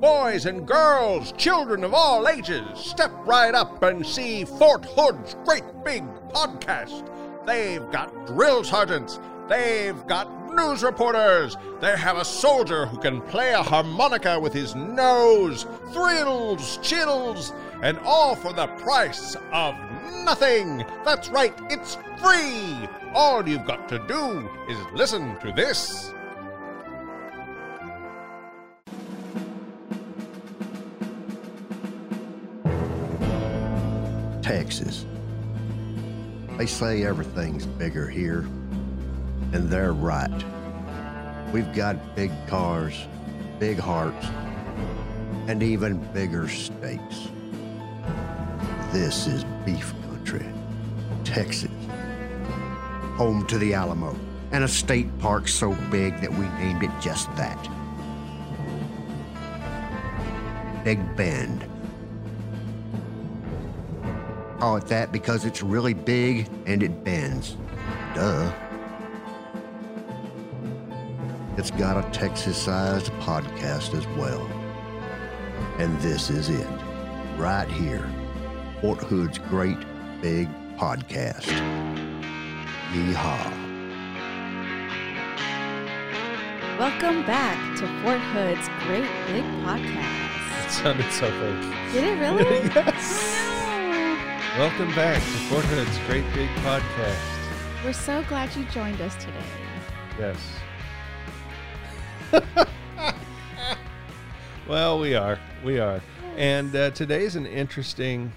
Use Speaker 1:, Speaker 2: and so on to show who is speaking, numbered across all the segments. Speaker 1: boys and girls, children of all ages, step right up and see Fort Hood's great big podcast. They've got drill sergeants, they've got news reporters, they have a soldier who can play a harmonica with his nose, thrills, chills, and all for the price of nothing. That's right, it's free. All you've got to do is listen to this.
Speaker 2: Texas. They say everything's bigger here, and they're right. We've got big cars, big hearts, and even bigger stakes. This is beef country, Texas. Home to the Alamo, and a state park so big that we named it just that. Big Bend. Call it that because it's really big and it bends. Duh. It's got a Texas sized podcast as well. And this is it, right here Fort Hood's great big podcast. Yeehaw.
Speaker 3: Welcome back to Fort Hood's Great Big Podcast.
Speaker 4: It sounded so fake.
Speaker 3: Did it really?
Speaker 4: yes.
Speaker 3: Oh,
Speaker 4: Welcome back to Fort Hood's Great Big Podcast.
Speaker 3: We're so glad you joined us today.
Speaker 4: Yes. well, we are. We are. And uh, today's an interesting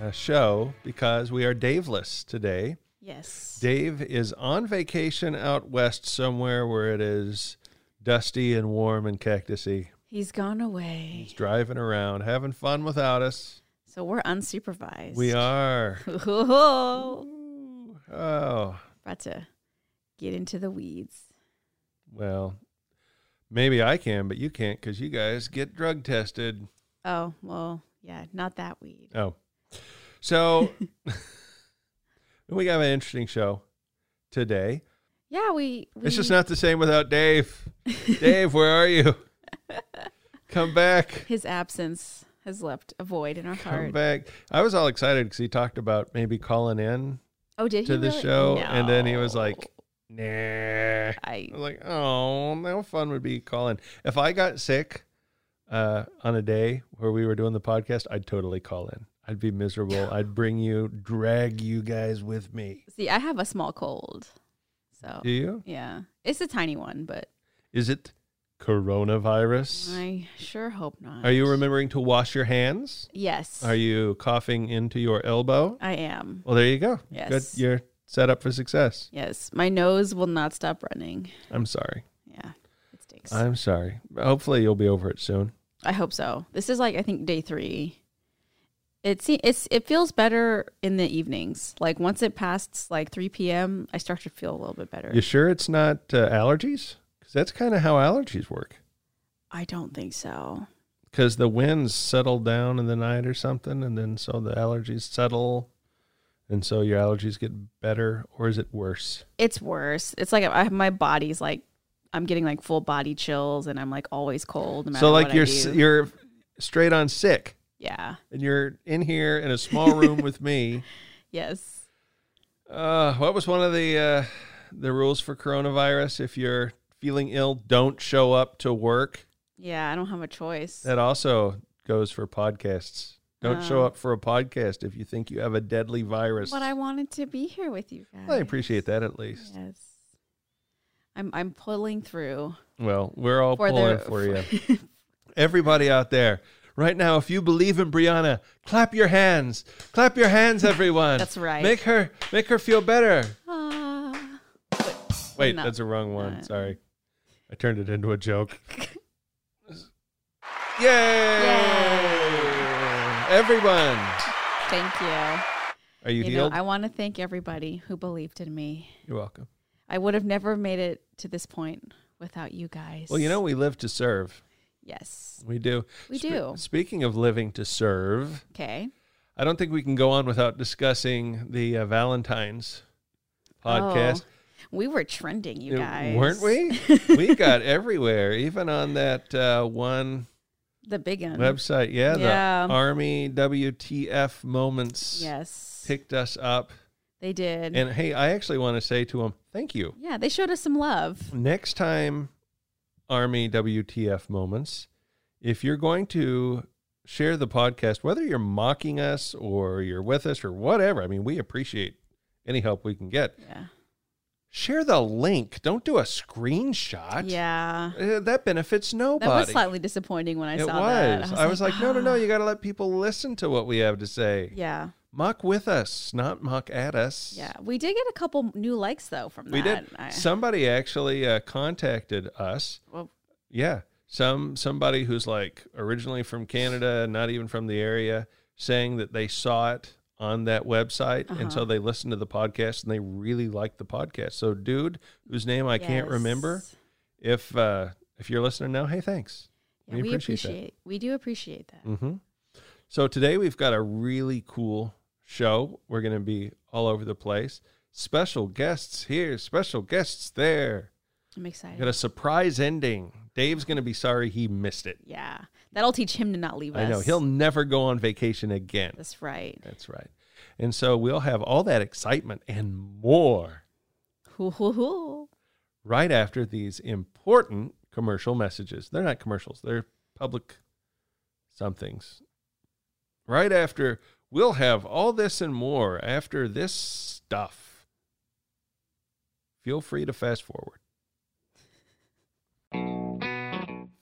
Speaker 4: uh, show because we are Daveless today.
Speaker 3: Yes.
Speaker 4: Dave is on vacation out west somewhere where it is dusty and warm and cactusy.
Speaker 3: He's gone away.
Speaker 4: He's driving around, having fun without us.
Speaker 3: So we're unsupervised.
Speaker 4: We are.
Speaker 3: Ooh.
Speaker 4: Oh,
Speaker 3: About to get into the weeds.
Speaker 4: Well, maybe I can, but you can't because you guys get drug tested.
Speaker 3: Oh, well, yeah, not that weed.
Speaker 4: Oh, so we have an interesting show today.
Speaker 3: Yeah, we. we
Speaker 4: It's just not the same without Dave. Dave, where are you? Come back.
Speaker 3: His absence has left a void in our
Speaker 4: Come
Speaker 3: heart.
Speaker 4: back. I was all excited because he talked about maybe calling in
Speaker 3: Oh, did he?
Speaker 4: to the
Speaker 3: really?
Speaker 4: show, and then he was
Speaker 3: No.
Speaker 4: like, nah.
Speaker 3: I.
Speaker 4: I'm like, oh, how fun would be calling. If I got sick uh, on a day where we were doing the podcast, I'd totally call in. I'd be miserable. I'd bring you, drag you guys with me.
Speaker 3: See, I have a small cold. So.
Speaker 4: Do you?
Speaker 3: Yeah. It's a tiny one, but
Speaker 4: Is it coronavirus?
Speaker 3: I sure hope not.
Speaker 4: Are you remembering to wash your hands?
Speaker 3: Yes.
Speaker 4: Are you coughing into your elbow?
Speaker 3: I am.
Speaker 4: Well, there you go.
Speaker 3: Yes.
Speaker 4: Good. You're set up for success.
Speaker 3: Yes. My nose will not stop running.
Speaker 4: I'm sorry.
Speaker 3: Yeah. It stinks. i
Speaker 4: I'm sorry. Hopefully, you'll be over it soon.
Speaker 3: hope so. This is like I think day 3. It se- it's it feels better in the evenings. Like once it passed like 3 p.m., I start to feel a little bit better.
Speaker 4: You sure it's not uh, allergies? Because that's kind of how allergies work.
Speaker 3: I don't think so.
Speaker 4: because the winds settle down in the night or something, and then so the allergies settle, and so your allergies get better, or is it worse?
Speaker 3: It's worse. It's like I, my body's like I'm getting like full body chills and I'm like always cold no matter
Speaker 4: so like
Speaker 3: what
Speaker 4: you're
Speaker 3: I
Speaker 4: s
Speaker 3: do.
Speaker 4: you're straight on sick,
Speaker 3: yeah.
Speaker 4: and you're in here in a small room with me.
Speaker 3: Yes.
Speaker 4: Uh, what was one of the uh, the rules for coronavirus? If you're feeling ill, don't show up to work.
Speaker 3: Yeah, I don't have a choice.
Speaker 4: That also goes for podcasts. Don't show
Speaker 3: Oh.
Speaker 4: up for a podcast if you think you have a deadly virus.
Speaker 3: But I wanted to be here with you guys.
Speaker 4: I appreciate that at least.
Speaker 3: Yes. I'm I'm pulling through
Speaker 4: Well, we're all
Speaker 3: for
Speaker 4: pulling
Speaker 3: the
Speaker 4: for you. Everybody out there, right now, if you believe in Brianna, clap your hands. Clap your hands, everyone.
Speaker 3: That's right.
Speaker 4: Make her make her feel better.
Speaker 3: Ah.
Speaker 4: Wait,
Speaker 3: No,
Speaker 4: that's a wrong one.
Speaker 3: no.
Speaker 4: Sorry. I turned it into a joke. Yay! Everyone.
Speaker 3: thank you.
Speaker 4: Are you,
Speaker 3: You know,
Speaker 4: healed?
Speaker 3: I want to thank everybody who believed in me.
Speaker 4: You're welcome.
Speaker 3: I would have never made it to this point without you guys.
Speaker 4: Well, you know, we live to serve.
Speaker 3: Yes.
Speaker 4: We do.
Speaker 3: We
Speaker 4: Spe-
Speaker 3: do.
Speaker 4: Speaking of living to serve,
Speaker 3: Okay.
Speaker 4: I don't think we can go on without discussing the uh, Valentine's podcast.
Speaker 3: Oh, we were trending, you
Speaker 4: Uh,
Speaker 3: guys.
Speaker 4: Weren't we? we got everywhere, even on that uh, one
Speaker 3: The big one.
Speaker 4: website. Yeah,
Speaker 3: Yeah.
Speaker 4: the Army WTF moments
Speaker 3: yes.
Speaker 4: picked us up.
Speaker 3: they did.
Speaker 4: And hey, I actually want to say to them, thank you.
Speaker 3: yeah, they showed us some love.
Speaker 4: Next time, Army WTF moments, if you're going to share the podcast, whether you're mocking us or you're with us or whatever, I mean, we appreciate any help we can get.
Speaker 3: Yeah.
Speaker 4: Share the link. Don't do a screenshot.
Speaker 3: Yeah.
Speaker 4: Uh, that benefits nobody.
Speaker 3: That was slightly disappoting when I
Speaker 4: it
Speaker 3: saw that.
Speaker 4: was. I was like, no, no, no. You got to let people listen to what we have to say.
Speaker 3: Yeah.
Speaker 4: Mock with us, not mock at us.
Speaker 3: Yeah. We did get a couple new likes though from
Speaker 4: We
Speaker 3: that.
Speaker 4: did.
Speaker 3: I-
Speaker 4: Somebody actually uh, contacted us.
Speaker 3: Well-
Speaker 4: yeah, some somebody who's like originally from Canada, not even from the area, saying that they saw it on that website, and
Speaker 3: Uh-huh.
Speaker 4: so they listened to the podcast and they really liked the podcast. So, dude, whose name I can't remember,
Speaker 3: Yes.
Speaker 4: if uh, if you're listening now, hey, thanks.
Speaker 3: Yeah,
Speaker 4: We
Speaker 3: we,
Speaker 4: appreciate
Speaker 3: appreciate,
Speaker 4: that.
Speaker 3: we do appreciate that.
Speaker 4: Mm-hmm. So today we've got a really cool show. We're going to be all over the place. Special guests here, special guests there.
Speaker 3: I'm
Speaker 4: We
Speaker 3: excited.
Speaker 4: got a surprise ending. Dave's going to be sorry he missed it.
Speaker 3: yeah. That'll teach him to not leave us.
Speaker 4: I know he'll never go on vacation again.
Speaker 3: That's right.
Speaker 4: That's right. And so we'll have all that excitement and more
Speaker 3: Hoo, hoo, hoo.
Speaker 4: right after these important commercial messages. They're not commercials, they're public somethings. Right after, we'll have all this and more after this stuff. Feel free to fast forward.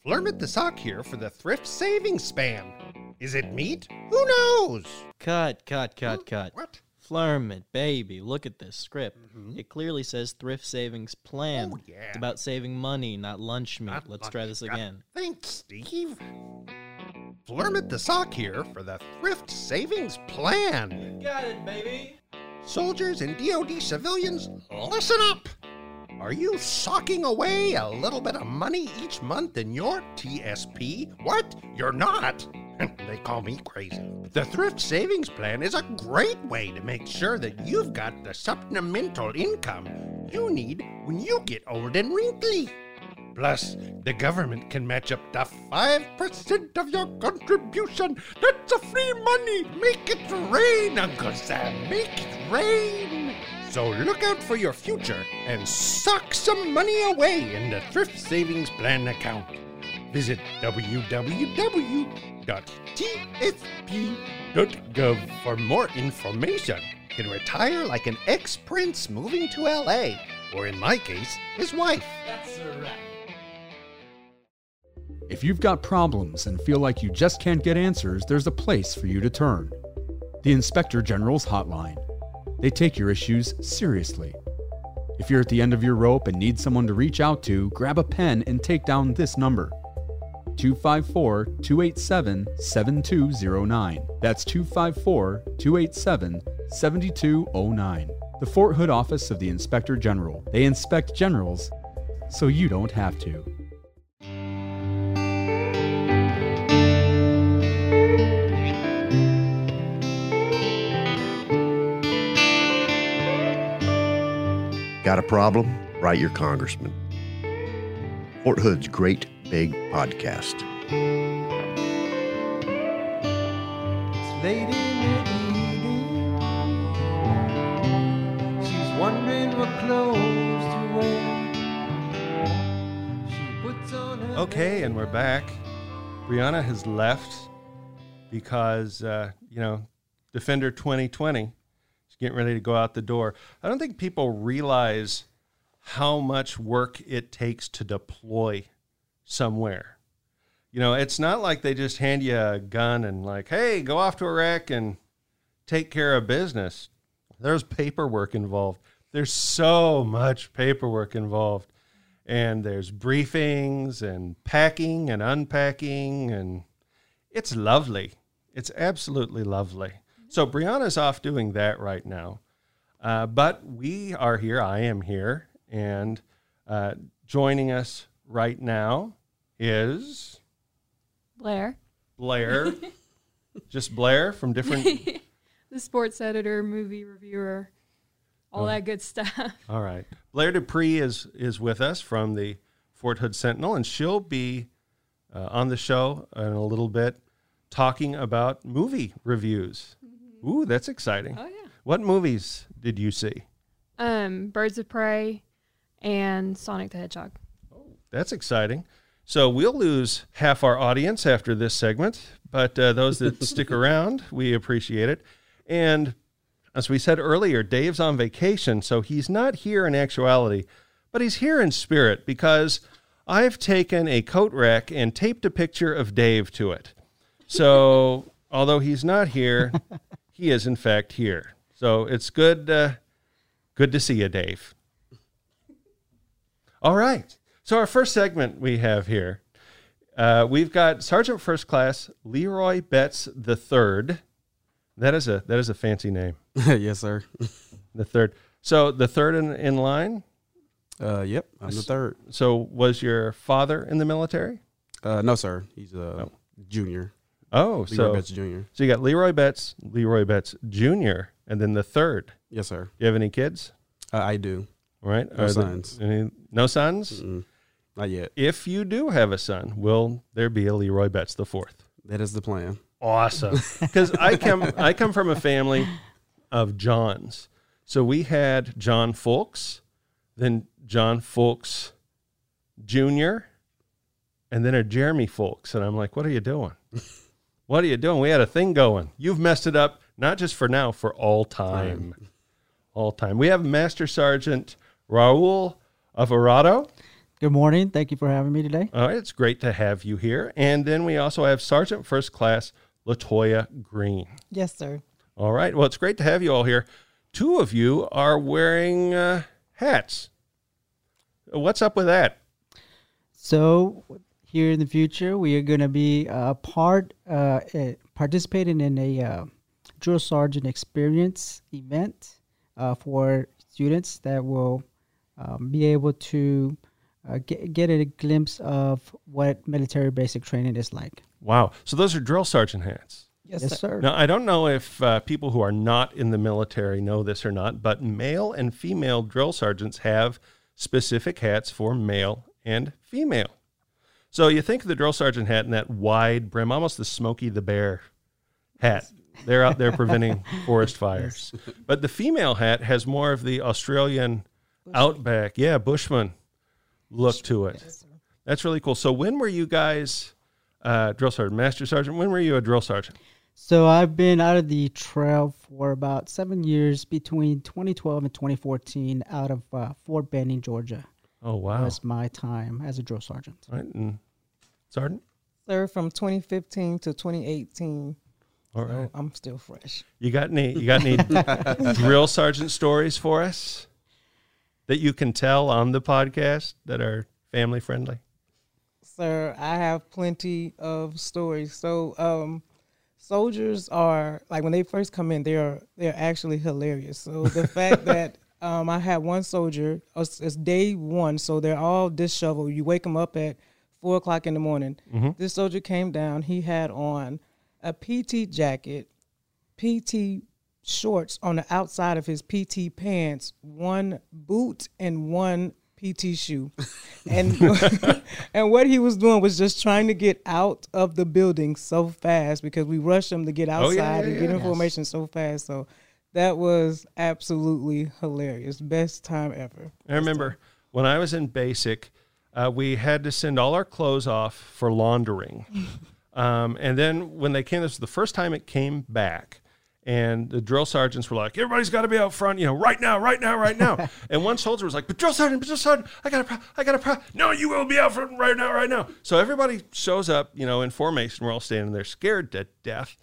Speaker 1: Flirted the sock here for the thrift savings spam. Is it meat? Who knows?
Speaker 5: Cut, cut, cut, cut.
Speaker 1: What? Mm-hmm.
Speaker 5: Flurman, baby, look at this script. It clearly says thrift savings plan.
Speaker 1: Oh, yeah.
Speaker 5: It's about saving money, not lunch meat.
Speaker 1: Not
Speaker 5: Let's
Speaker 1: lunch,
Speaker 5: try this
Speaker 1: yeah.
Speaker 5: again.
Speaker 1: Thanks, Steve. Flurmit the sock here for the thrift savings plan.
Speaker 5: Got it, baby.
Speaker 1: Soldiers and DoD civilians, listen up. Are you socking away a little bit of money each month in your TSP? What? You're not. they call me crazy. The thrift savings plan is a great way to make sure that you've got the supplemental income you need when you get old and wrinkly. Plus, the government can match up to 5% of your contribution. That's a free money. Make it rain, Uncle Sam. Make it rain. So look out for your future and sock some money away in the Thrift Savings Plan account. Visit www.tsp.gov for more information. Can retire like an ex prince moving to LA, or in my case, his wife.
Speaker 6: If you've got problems and feel like you just can't get answers, there's a place for you to turn the Inspector General's Hotline. They take your issues seriously. If you're at the end of your rope and need someone to reach out to, grab a pen and take down this number 254 287 7209. That's 254 287 7209. The Fort Hood office of the Inspector General. They inspect generals so you don't have to.
Speaker 2: Got a problem? Write your congressman. Fort Hood's Great Big Podcast.
Speaker 7: It's late in the evening. She's wondering what clothes to wear. She puts on her
Speaker 4: Okay, and we're back. Brianna has left because, uh, you know, Defender 2020 is getting ready to go out the door. I don't think people realize how much work it takes to deploy somewhere. You know, it's not like they just hand you a gun and, like, hey, go off to Iraq and take care of business. There's paperwork involved. There's so much paperwork involved and there's briefings and packing and unpacking and it's lovely it's absolutely lovely so brianna's off doing that right now uh, but we are here i am here and uh, joining us right now is
Speaker 8: Blair,
Speaker 4: blair just blair from different
Speaker 8: the sports editor, movie reviewer, all that good stuff.
Speaker 4: All right. Blair Dupree is is with us from the Fort Hood Sentinel, and she'll be uh, on the show in a little bit talking about movie reviews. Ooh, that's exciting.
Speaker 8: Oh yeah.
Speaker 4: What movies did you see?
Speaker 8: Um, Birds of Prey and Sonic the Hedgehog.
Speaker 4: That's exciting. So we'll lose half our audience after this segment, but uh, those that stick around, we appreciate it. And as we said earlier, Dave's on vacation, so he's not here in actuality, but he's here in spirit because I've taken a coat rack and taped a picture of Dave to it. So although he's not here, he is in fact here. So it's good, uh, good to see you, Dave. All right. So our first segment we have here, uh, we've got Sergeant First Class Leroy Betts the Third. That is a that is a fancy name.
Speaker 9: yes, sir.
Speaker 4: The third. So the third in, in line.
Speaker 9: Uh, yep, I'm the third.
Speaker 4: So was your father in the military?
Speaker 9: Uh, no, sir. He's a junior.
Speaker 4: Oh,
Speaker 9: Leroy
Speaker 4: so
Speaker 9: Betts Jr.
Speaker 4: so you got Leroy Betts, Leroy Betts Jr., and then the third.
Speaker 9: Yes, sir.
Speaker 4: Do you have any kids?
Speaker 9: Uh, I do.
Speaker 4: All Right?
Speaker 9: No
Speaker 4: Are there
Speaker 9: sons.
Speaker 4: any- no sons.
Speaker 9: Not yet.
Speaker 4: If you do have a son, will there be a Leroy Betts the fourth?
Speaker 9: That is the plan.
Speaker 4: awesome because I come I come from a family of Johns. So we had John Fulks, then John Fulks Jr., and then a Jeremy Fulks. And I'm like, what are you doing? What are you doing? We had a thing going. You've messed it up, not just for now, for all time. All time. We have Master Sergeant Raul Alvarado.
Speaker 10: Good morning. Thank you for having me today.
Speaker 4: All right, it's great to have you here. And then we also have Sergeant First Class Latoya Green.
Speaker 10: Yes, sir.
Speaker 4: All right. Well, it's great to have you all here. Two of you are wearing uh, hats. What's up with that?
Speaker 10: So here in the future, we are going to be uh, part uh, eh, participating in a uh, drill sergeant experience event uh, for students that will um, be able to uh, get, get a glimpse of what military basic training is like.
Speaker 4: Wow. So those are drill sergeant hats.
Speaker 10: Yes, sir.
Speaker 4: Now, I don't know if uh, people who are not in the military know this or not, but male and female drill sergeants have specific hats for male and female. So you think of the drill sergeant hat in that wide brim, almost the Smokey the Bear hat. They're out there preventing forest fires. But the female hat has more of the Australian outback, yeah, Bushman look to it. That's really cool. So when were you guys uh, drill sergeant, master sergeant? When were you a drill sergeant?
Speaker 10: So I've been out of the trail for about seven years between 2012 and 2014 out of uh, Fort Benning, Georgia.
Speaker 4: Oh wow!
Speaker 10: was my time as a drill sergeant.
Speaker 4: All right, and Sergeant.
Speaker 11: Sir, from 2015 to 2018,
Speaker 4: All right.
Speaker 11: I'm still fresh.
Speaker 4: You got any? You got any drill sergeant stories for us that you can tell on the podcast that are family friendly?
Speaker 11: Sir, I have plenty of stories. So, um, soldiers are like when they first come in, they're they're actually hilarious. So the fact that um, I had one soldier, it's, it's day one, so they're all disheveled. You wake them up at four o'clock in the morning.
Speaker 4: Mm-hmm.
Speaker 11: This soldier came down. He had on a PT jacket, PT shorts on the outside of his PT pants, one boot, and one PT shoe. And and what he was doing was just trying to get out of the building so fast because we rushed him to get
Speaker 4: Oh, yeah,
Speaker 11: outside
Speaker 4: yeah,
Speaker 11: and get
Speaker 4: yeah.
Speaker 11: in formation so fast. So that was absolutely hilarious. Best time ever.
Speaker 4: I remember when I was in basic, uh, we had to send all our clothes off for laundering. um, and then when they came, this was the first time it came back. And the drill sergeants were like, everybody's got to be out front, you know, right now, right now, right now. and one soldier was like, but drill sergeant, but drill sergeant, I got a pro, I got a pro. No, you will be out front right now, right now. So everybody shows up, you know, in formation. We're all standing there scared to death.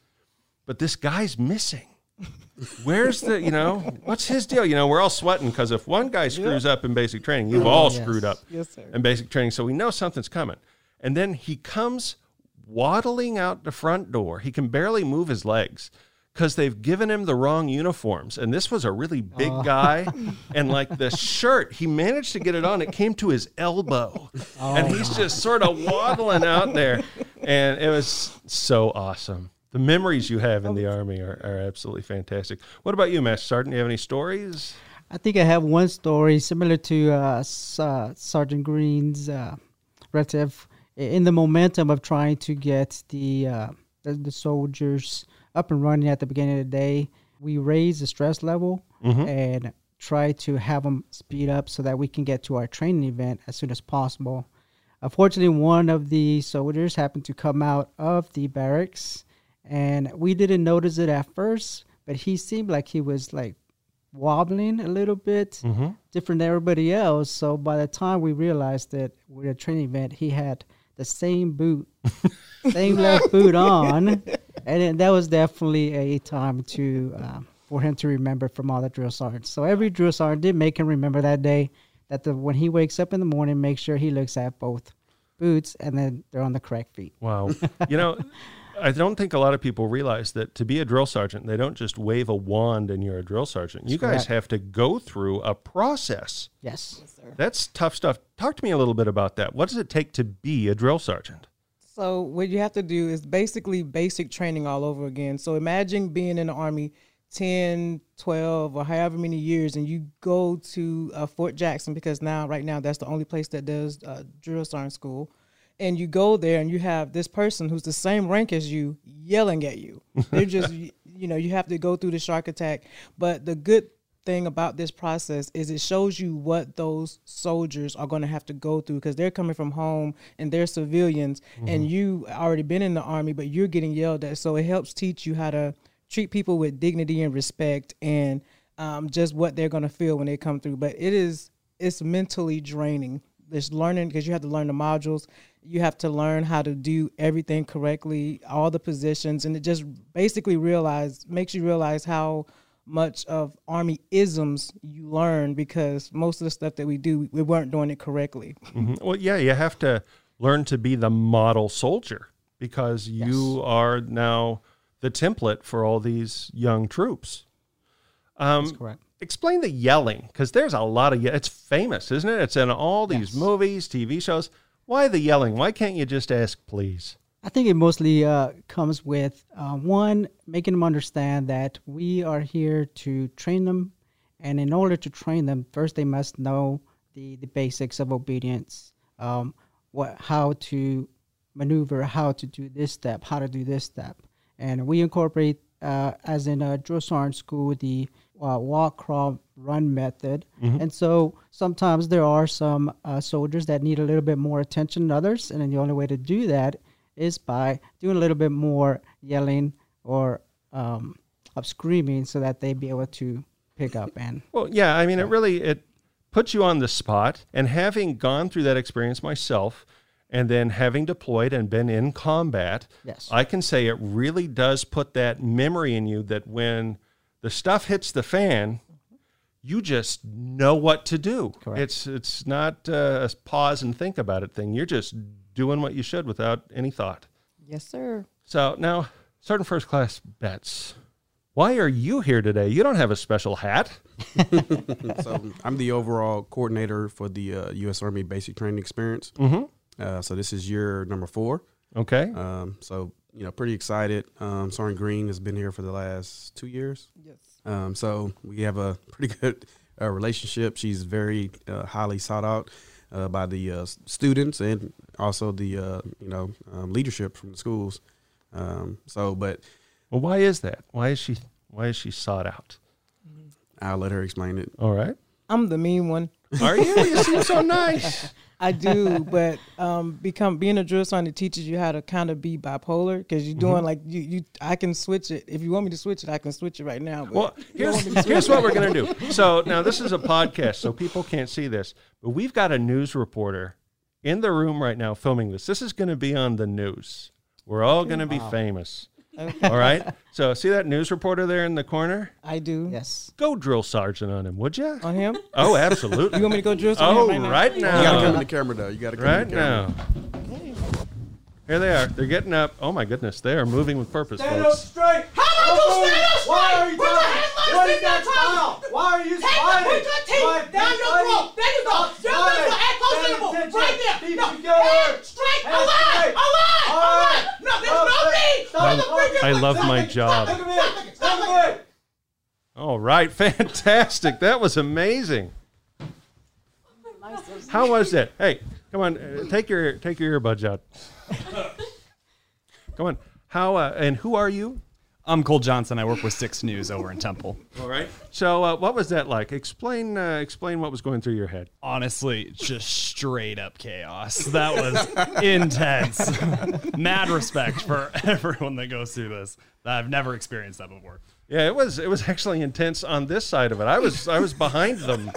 Speaker 4: But this guy's missing where's the you know what's his deal you know we're all sweating because if one guy screws up in basic training you've all screwed up
Speaker 11: Oh, Yes, sir.
Speaker 4: in basic training so we know something's coming and then he comes waddling out the front door he can barely move his legs because they've given him the wrong uniforms and this was a really big
Speaker 11: Oh.
Speaker 4: guy and like the shirt he managed to get it on it came to his elbow
Speaker 11: Oh,
Speaker 4: and he's just sort of waddling out there and it was so awesome the memories you have in the
Speaker 11: Oh.
Speaker 4: army are, are absolutely fantastic what about you master sergeant do you have any stories
Speaker 10: I think I have one story similar to uh, S- uh, Sergeant Green's uh, relative in the momentum of trying to get the uh, the, the soldiers up and running at the beginning of the day, we raise the stress level
Speaker 12: Mhm.
Speaker 10: and try to have them speed up so that we can get to our training event as soon as possible. Unfortunately, one of the soldiers happened to come out of the barracks, and we didn't notice it at first, but he seemed like he was like wobbling a little bit,
Speaker 12: Mhm.
Speaker 10: different than everybody else. So by the time we realized that we're at a training event, he had the same boot, same left boot on, and then that was definitely a time to um, for him to remember from all the drill sergeants. So every drill sergeant did make him remember that day that the when he wakes up in the morning, make sure he looks at both boots and then they're on the correct feet.
Speaker 4: Wow. you know, I don't think a lot of people realize that to be a drill sergeant, they don't just wave a wand and you're a drill sergeant. You
Speaker 10: That's
Speaker 4: guys
Speaker 10: correct.
Speaker 4: have to go through a process.
Speaker 10: Yes.
Speaker 4: That's tough stuff. Talk to me a little bit about that. What does it take to be a drill sergeant?
Speaker 11: So what you have to do is basically basic training all over again. So imagine being in the army 10, 12 or however many years and you go to uh, Fort Jackson because now right now that's the only place that does uh, drill sergeant school. And you go there and you have this person who's the same rank as you yelling at you. They're just you know, you have to go through the shark attack, but the good thing about this process is it shows you what those soldiers are going to have to go through because they're coming from home and they're civilians and you already been in the army but you're getting yelled at so it helps teach you how to treat people with dignity and respect and um, just what they're going to feel when they come through but it is it's mentally draining it's learning because you have to learn the modules you have to learn how to do everything correctly all the positions and it just basically realize makes you realize how much of army isms you learn because most of the stuff that we do we weren't doing it correctly
Speaker 4: Mhm. Well, yeah, you have to learn to be the model soldier because you are now the template for all these young troops. Um, That's
Speaker 10: correct.
Speaker 4: Explain the yelling because there's a lot of ye- it's famous, isn't it? It's in all these movies, TV shows. Why the yelling? Why can't you just ask, please?
Speaker 10: I think it mostly uh, comes with uh, one, making them understand that we are here to train them. And in order to train them, first they must know the, the basics of obedience, um, what, how to maneuver, how to do this step, how to do this step. And we incorporate, uh, as in a drill sergeant school, the uh, walk, crawl, run method.
Speaker 12: Mhm.
Speaker 10: And so sometimes there are some uh, soldiers that need a little bit more attention than others. And then the only way to do that is by doing a little bit more yelling or um, of screaming so that they be able to pick up and
Speaker 4: Well, yeah, I mean, it really it puts you on the spot. And having gone through that experience myself, and then having deployed and been in combat,
Speaker 10: Yes.
Speaker 4: I can say it really does put that memory in you that when the stuff hits the fan, you just know what to do. It's it's not uh, a pause and think about it thing. You're just doing what you should without any thought.
Speaker 13: Yes, sir.
Speaker 4: So now, Sergeant First Class Betts, why are you here today? You don't have a special hat.
Speaker 9: so I'm the overall coordinator for the uh, U.S. Army Basic Training Experience.
Speaker 4: Mhm.
Speaker 9: Uh, so this is year number four.
Speaker 4: Okay.
Speaker 9: Um, so you know, pretty excited. Um, Sergeant Green has been here for the last two years. Yes. Um, so we have a pretty good uh, relationship. She's very uh, highly sought out uh, by the uh, s- students and also the uh, you know um, leadership from the schools. Um, so, but
Speaker 4: well, why is that? Why is she? Why is she sought out?
Speaker 9: Mm-hmm. I'll let her explain it.
Speaker 4: All right.
Speaker 11: i'm the mean one
Speaker 4: Are you? You seem so nice.
Speaker 11: i do but um become being a drill sergeant teaches you how to kind of be bipolar because you're doing
Speaker 4: Mhm.
Speaker 11: like you you i can switch it if you want me to switch it i can switch it right now but
Speaker 4: Well,
Speaker 11: you
Speaker 4: here's,
Speaker 11: don't want me to
Speaker 4: here's
Speaker 11: switch
Speaker 4: what
Speaker 11: it.
Speaker 4: we're going to do. So now this is a podcast, so people can't see this, but we've got a news reporter in the room right now filming this. This is going to be on the news. We're all going to be
Speaker 11: Wow.
Speaker 4: famous.
Speaker 11: Okay.
Speaker 4: All right. So see that news reporter there in the corner?
Speaker 11: I do.
Speaker 10: Yes.
Speaker 4: Go drill sergeant on him, would you?
Speaker 11: On him?
Speaker 4: Oh, absolutely.
Speaker 11: You want me to go drill sergeant
Speaker 4: Oh,
Speaker 11: right now?
Speaker 4: right
Speaker 11: You
Speaker 4: now.
Speaker 11: gotta
Speaker 9: come in the camera, though. You gotta come in the
Speaker 4: right
Speaker 9: camera.
Speaker 4: now. Here they are. They're getting up. Oh my goodness, they are moving with purpose,
Speaker 7: Stand
Speaker 4: folks.
Speaker 7: up straight. How about you stand up straight? Why are you Put your hands on the that smile? Why are you smiling? Put your teeth down your throat. There you go. Your mental and post animal. Right there. No, hands straight. Alive. Alive. Alive. No, there's no need.
Speaker 4: I- I love my job.
Speaker 7: Look at me. Look at me.
Speaker 4: All right, fantastic. That was amazing. How was that? Hey, Come on, uh, take your take your earbuds out. Come on. How uh, and who are you?
Speaker 12: I'm Cole Johnson. I work with Six News over in Temple.
Speaker 4: All right. So, uh, what was that like? Explain uh, explain what was going through your head.
Speaker 12: Honestly, just straight up chaos. That was intense. Mad respect for everyone that goes through this. I've never experienced that before.
Speaker 4: Yeah, it was it was actually intense on this side of it. I was I was behind them,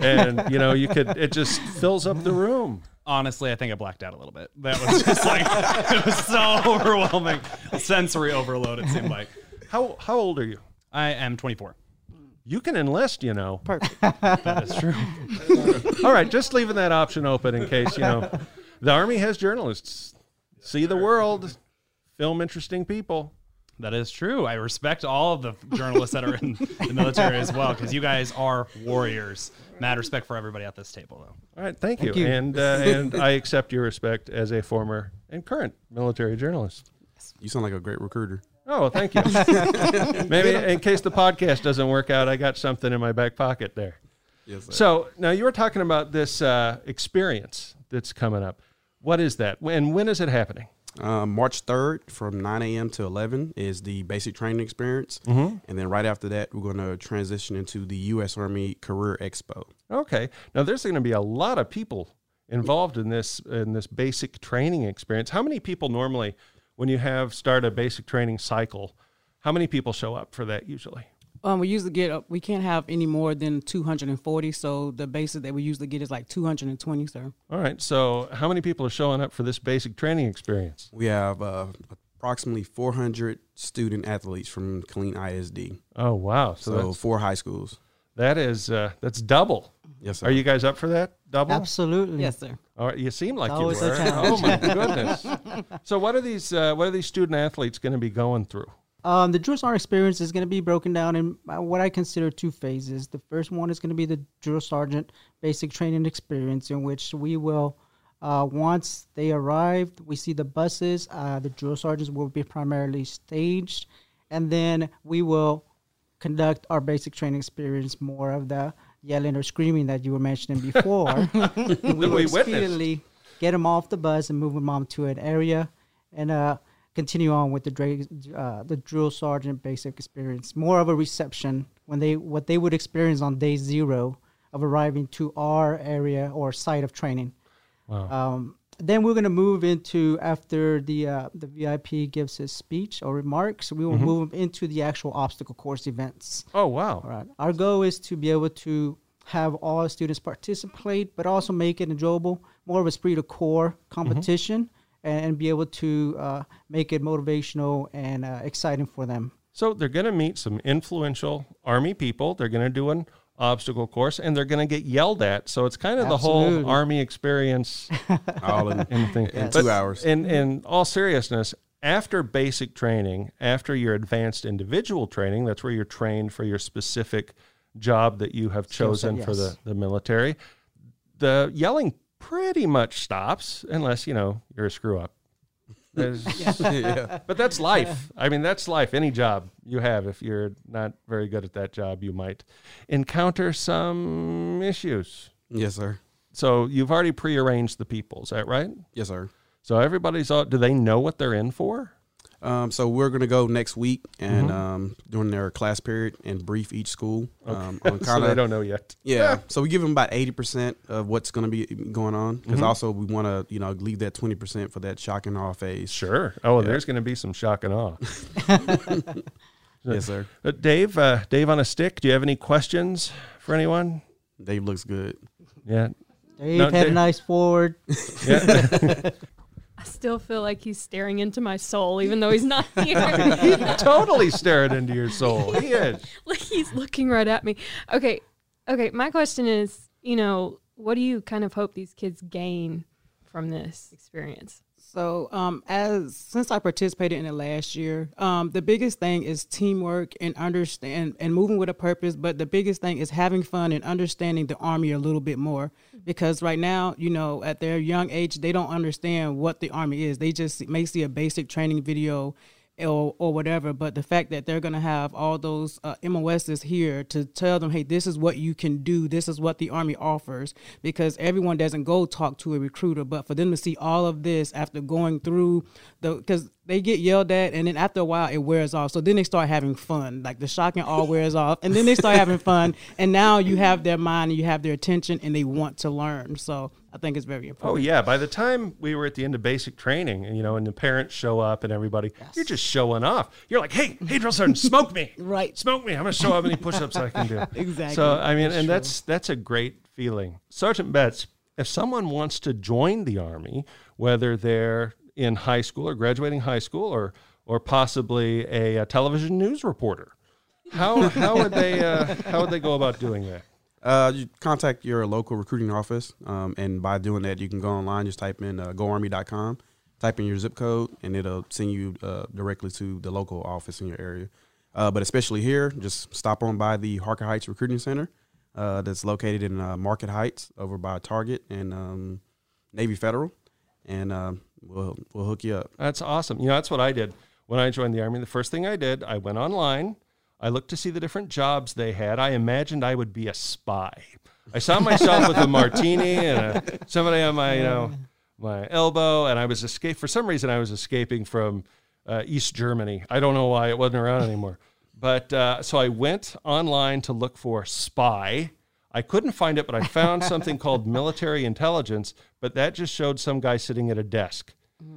Speaker 4: and you know you could it just fills up the room.
Speaker 12: Honestly, I think I blacked out a little bit. That was just like it was so overwhelming, sensory overload. It seemed like.
Speaker 4: How how old are you?
Speaker 12: I am 24.
Speaker 4: You can enlist, you know.
Speaker 12: Perfect.
Speaker 4: That is true. All right, just leaving that option open in case you know. The army has journalists. See the world, film interesting people.
Speaker 12: That is true. I respect all of the journalists that are in the military as well, because you guys are warriors. Mad respect for everybody at this table, though.
Speaker 4: All right, thank you, and uh, and I accept your respect as a former and current military journalist.
Speaker 9: You sound like a great recruiter.
Speaker 4: Oh, thank you. Maybe in case the podcast doesn't work out, I got something in my back pocket there.
Speaker 9: Yes, sir.
Speaker 4: so now you were talking about this uh, experience that's coming up. What is that, and when is it happening?
Speaker 9: Um, March 3rd from 9 a.m. to 11 is the basic training experience.
Speaker 4: Mhm.
Speaker 9: And then right after that, we're going to transition into the U.S. Army Career Expo.
Speaker 4: Okay. Now there's going to be a lot of people involved in this in this basic training experience. How many people normally when you have start a basic training cycle, how many people show up for that usually?
Speaker 11: Um, we usually get up. We can't have any more than 240. So the basis that we usually get is like 220, sir.
Speaker 4: All right. So, how many people are showing up for this basic training experience?
Speaker 9: We have uh, approximately 400 student athletes from Killeen ISD.
Speaker 4: Oh, wow. So
Speaker 9: So,
Speaker 4: that's-
Speaker 9: four high schools.
Speaker 4: That is uh, that's double.
Speaker 9: Yes, sir.
Speaker 4: Are you guys up for that? Double?
Speaker 10: Absolutely.
Speaker 11: Yes, sir.
Speaker 4: All right, you seem like
Speaker 10: It's
Speaker 4: you
Speaker 10: always a
Speaker 4: were. Oh
Speaker 10: challenge.
Speaker 4: my goodness. so what are these uh, what are these student athletes going to be going through?
Speaker 10: Um, the Dressage experience is going to be broken down in uh, what I consider two phases. The first one is going to be the drill sergeant basic training experience, in which we will, uh, once they arrive, we see the buses. Uh, the drill sergeants will be primarily staged, and then we will conduct our basic training experience. More of the yelling or screaming that you were mentioning before. And
Speaker 4: That we witnessed.
Speaker 10: expediently get them off the bus and move them on to an area and uh, continue on with the dra- uh, the drill sergeant basic experience. More of a reception when they what they would experience on day zero of arriving to our area or site of training.
Speaker 4: Wow.
Speaker 10: Um, then we're going to move into after the uh, the VIP gives his speech or remarks. We will
Speaker 4: Mhm.
Speaker 10: move into the actual obstacle course events.
Speaker 4: Oh wow.
Speaker 10: All right. Our goal is to be able to have all students participate, but also make it enjoyable, more of a spirit of core competition, and, and be able to uh, make it motivational and uh, exciting for them.
Speaker 4: So they're going to meet some influential army people. They're going to do an obstacle course, and they're going to get yelled at. So it's kind of the whole
Speaker 10: Absolutely.
Speaker 4: army experience.
Speaker 9: All in,
Speaker 4: thing.
Speaker 9: in
Speaker 4: But
Speaker 9: two hours.
Speaker 4: In in all seriousness, after basic training, after your advanced individual training, that's where you're trained for your specific job that you have
Speaker 10: Skill
Speaker 4: chosen
Speaker 10: set,
Speaker 4: for the,
Speaker 10: yes.
Speaker 4: the military. The yelling pretty much stops unless you know you're a screw up. There's-
Speaker 9: Yeah.
Speaker 4: But that's life. I mean, that's life. Any job you have, if you're not very good at that job, you might encounter some issues.
Speaker 9: Yes, sir.
Speaker 4: So you've already prearranged the people. Is that right?
Speaker 9: Yes, sir.
Speaker 4: So everybody's all, do they know what they're in for?
Speaker 9: Um, so we're going to go next week and
Speaker 4: Mhm.
Speaker 9: um, during their class period and brief each school. Um,
Speaker 4: Okay. So they don't know yet.
Speaker 9: Yeah. so we give them about eighty percent of what's going to be going on because
Speaker 4: Mhm.
Speaker 9: also we want to you know leave that twenty percent for that shock and awe phase.
Speaker 4: Sure. Oh,
Speaker 9: Yeah.
Speaker 4: there's going to be some shock and awe.
Speaker 9: Yes, sir.
Speaker 4: Uh, Dave, uh, Dave on a stick. Do you have any questions for anyone?
Speaker 9: Dave looks good.
Speaker 4: Yeah.
Speaker 10: Dave,
Speaker 4: No,
Speaker 10: have a nice forward.
Speaker 4: Yeah.
Speaker 8: I still feel like he's staring into my soul, even though he's not
Speaker 4: He
Speaker 8: here.
Speaker 4: totally staring into your soul. He is.
Speaker 8: like he's looking right at me. Okay, okay. My question is, you know, what do you kind of hope these kids gain from this experience?
Speaker 11: So, um, as since I participated in it last year, um, the biggest thing is teamwork and understand and moving with a purpose. But the biggest thing is having fun and understanding the army a little bit more because right now, you know, at their young age, they don't understand what the army is. They just may see a basic training video or, or whatever. But the fact that they're going to have all those uh, MOSs here to tell them, hey, this is what you can do, this is what the Army offers, because everyone doesn't go talk to a recruiter. But for them to see all of this after going through the, because they get yelled at, and then after a while it wears off. So then they start having fun, like the shock and awe wears off, and then they start having fun, and now you have their mind, you have their attention, and they want to learn. So I think it's very
Speaker 4: Oh
Speaker 11: important.
Speaker 4: yeah! By the time we were at the end of basic training, and you know, and the parents show up and everybody, you're just showing off. You're like, "Hey, hey, drill sergeant, smoke me,
Speaker 11: right?
Speaker 4: Smoke me. I'm going to show how many push-ups I can do."
Speaker 11: Exactly.
Speaker 4: uh, So I mean,
Speaker 11: That's
Speaker 4: and
Speaker 11: true.
Speaker 4: that's that's a great feeling, Sergeant Betts. If someone wants to join the army, whether they're in high school or graduating high school, or or possibly a, uh television news reporter, how how would they uh, how would they go about doing that?
Speaker 9: Uh, you contact your local recruiting office, um, and by doing that, you can go online. Just type in uh, goarmy.com, type in your zip code, and it'll send you uh, directly to the local office in your area. Uh, but especially here, just stop on by the Harker Heights Recruiting Center uh, that's located in uh, Market Heights over by Target and um, Navy Federal, and um, we'll, we'll hook you up.
Speaker 4: That's awesome. You know, that's what I did when I joined the army. The first thing I did, I went online. I looked to see the different jobs they had. I imagined I would be a spy. I saw myself with a martini and a, somebody on my, you know, my elbow, and I was escaping. For some reason, I was escaping from uh, East Germany. I don't know why it wasn't around anymore. But uh, so I went online to look for spy. I couldn't find it, but I found something called military intelligence, but that just showed some guy sitting at a desk.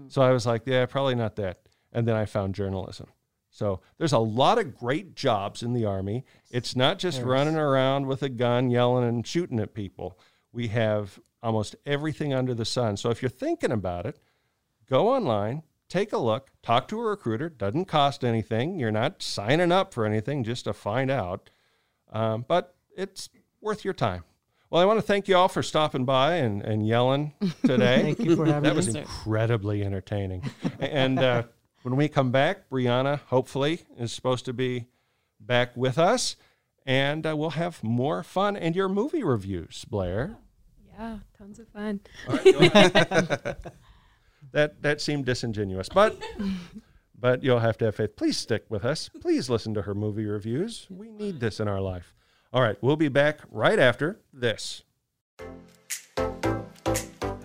Speaker 4: So I was like, yeah, probably not that. And then I found journalism. So there's a lot of great jobs in the Army. It's not just
Speaker 12: Yes.
Speaker 4: running around with a gun, yelling and shooting at people. We have almost everything under the sun. So if you're thinking about it, go online, take a look, talk to a recruiter. Doesn't cost anything. You're not signing up for anything just to find out, um, but it's worth your time. Well, I want to thank you all for stopping by and, and yelling today.
Speaker 12: Thank you for having
Speaker 4: That was
Speaker 12: us.
Speaker 4: incredibly entertaining. and uh, when we come back, Brianna hopefully is supposed to be back with us, and uh, we'll have more fun and your movie reviews, Blair.
Speaker 8: Yeah, tons of fun.
Speaker 4: that that seemed disingenuous, but but you'll have to have faith. Please stick with us. Please listen to her movie reviews. We need this in our life. All right, we'll be back right after this.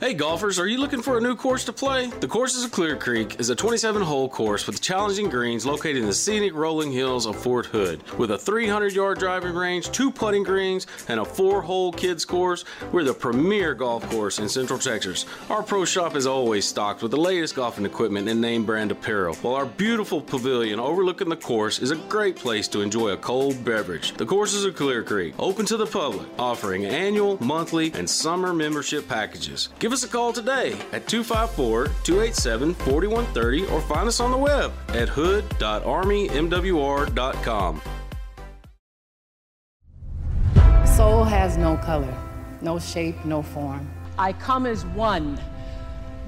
Speaker 13: Hey golfers, are you looking for a new course to play? The Courses of Clear Creek is a 27 hole course with challenging greens located in the scenic rolling hills of Fort Hood. With a 300 yard driving range, two putting greens, and a four hole kids course, we're the premier golf course in Central Texas. Our pro shop is always stocked with the latest golfing equipment and name brand apparel, while our beautiful pavilion overlooking the course is a great place to enjoy a cold beverage. The Courses of Clear Creek, open to the public, offering annual, monthly, and summer membership packages. Give us a call today at 254 287 4130 or find us on the web at hood.armymwr.com.
Speaker 14: Soul has no color, no shape, no form. I come as one,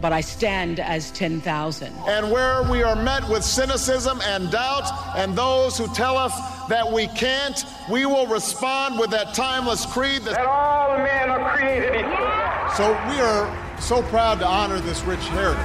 Speaker 14: but I stand as 10,000.
Speaker 15: and where we are met with cynicism and doubt, and those who tell us that we can't, we will respond with that timeless creed that, all men are created equal. So we are so proud to honor this rich heritage.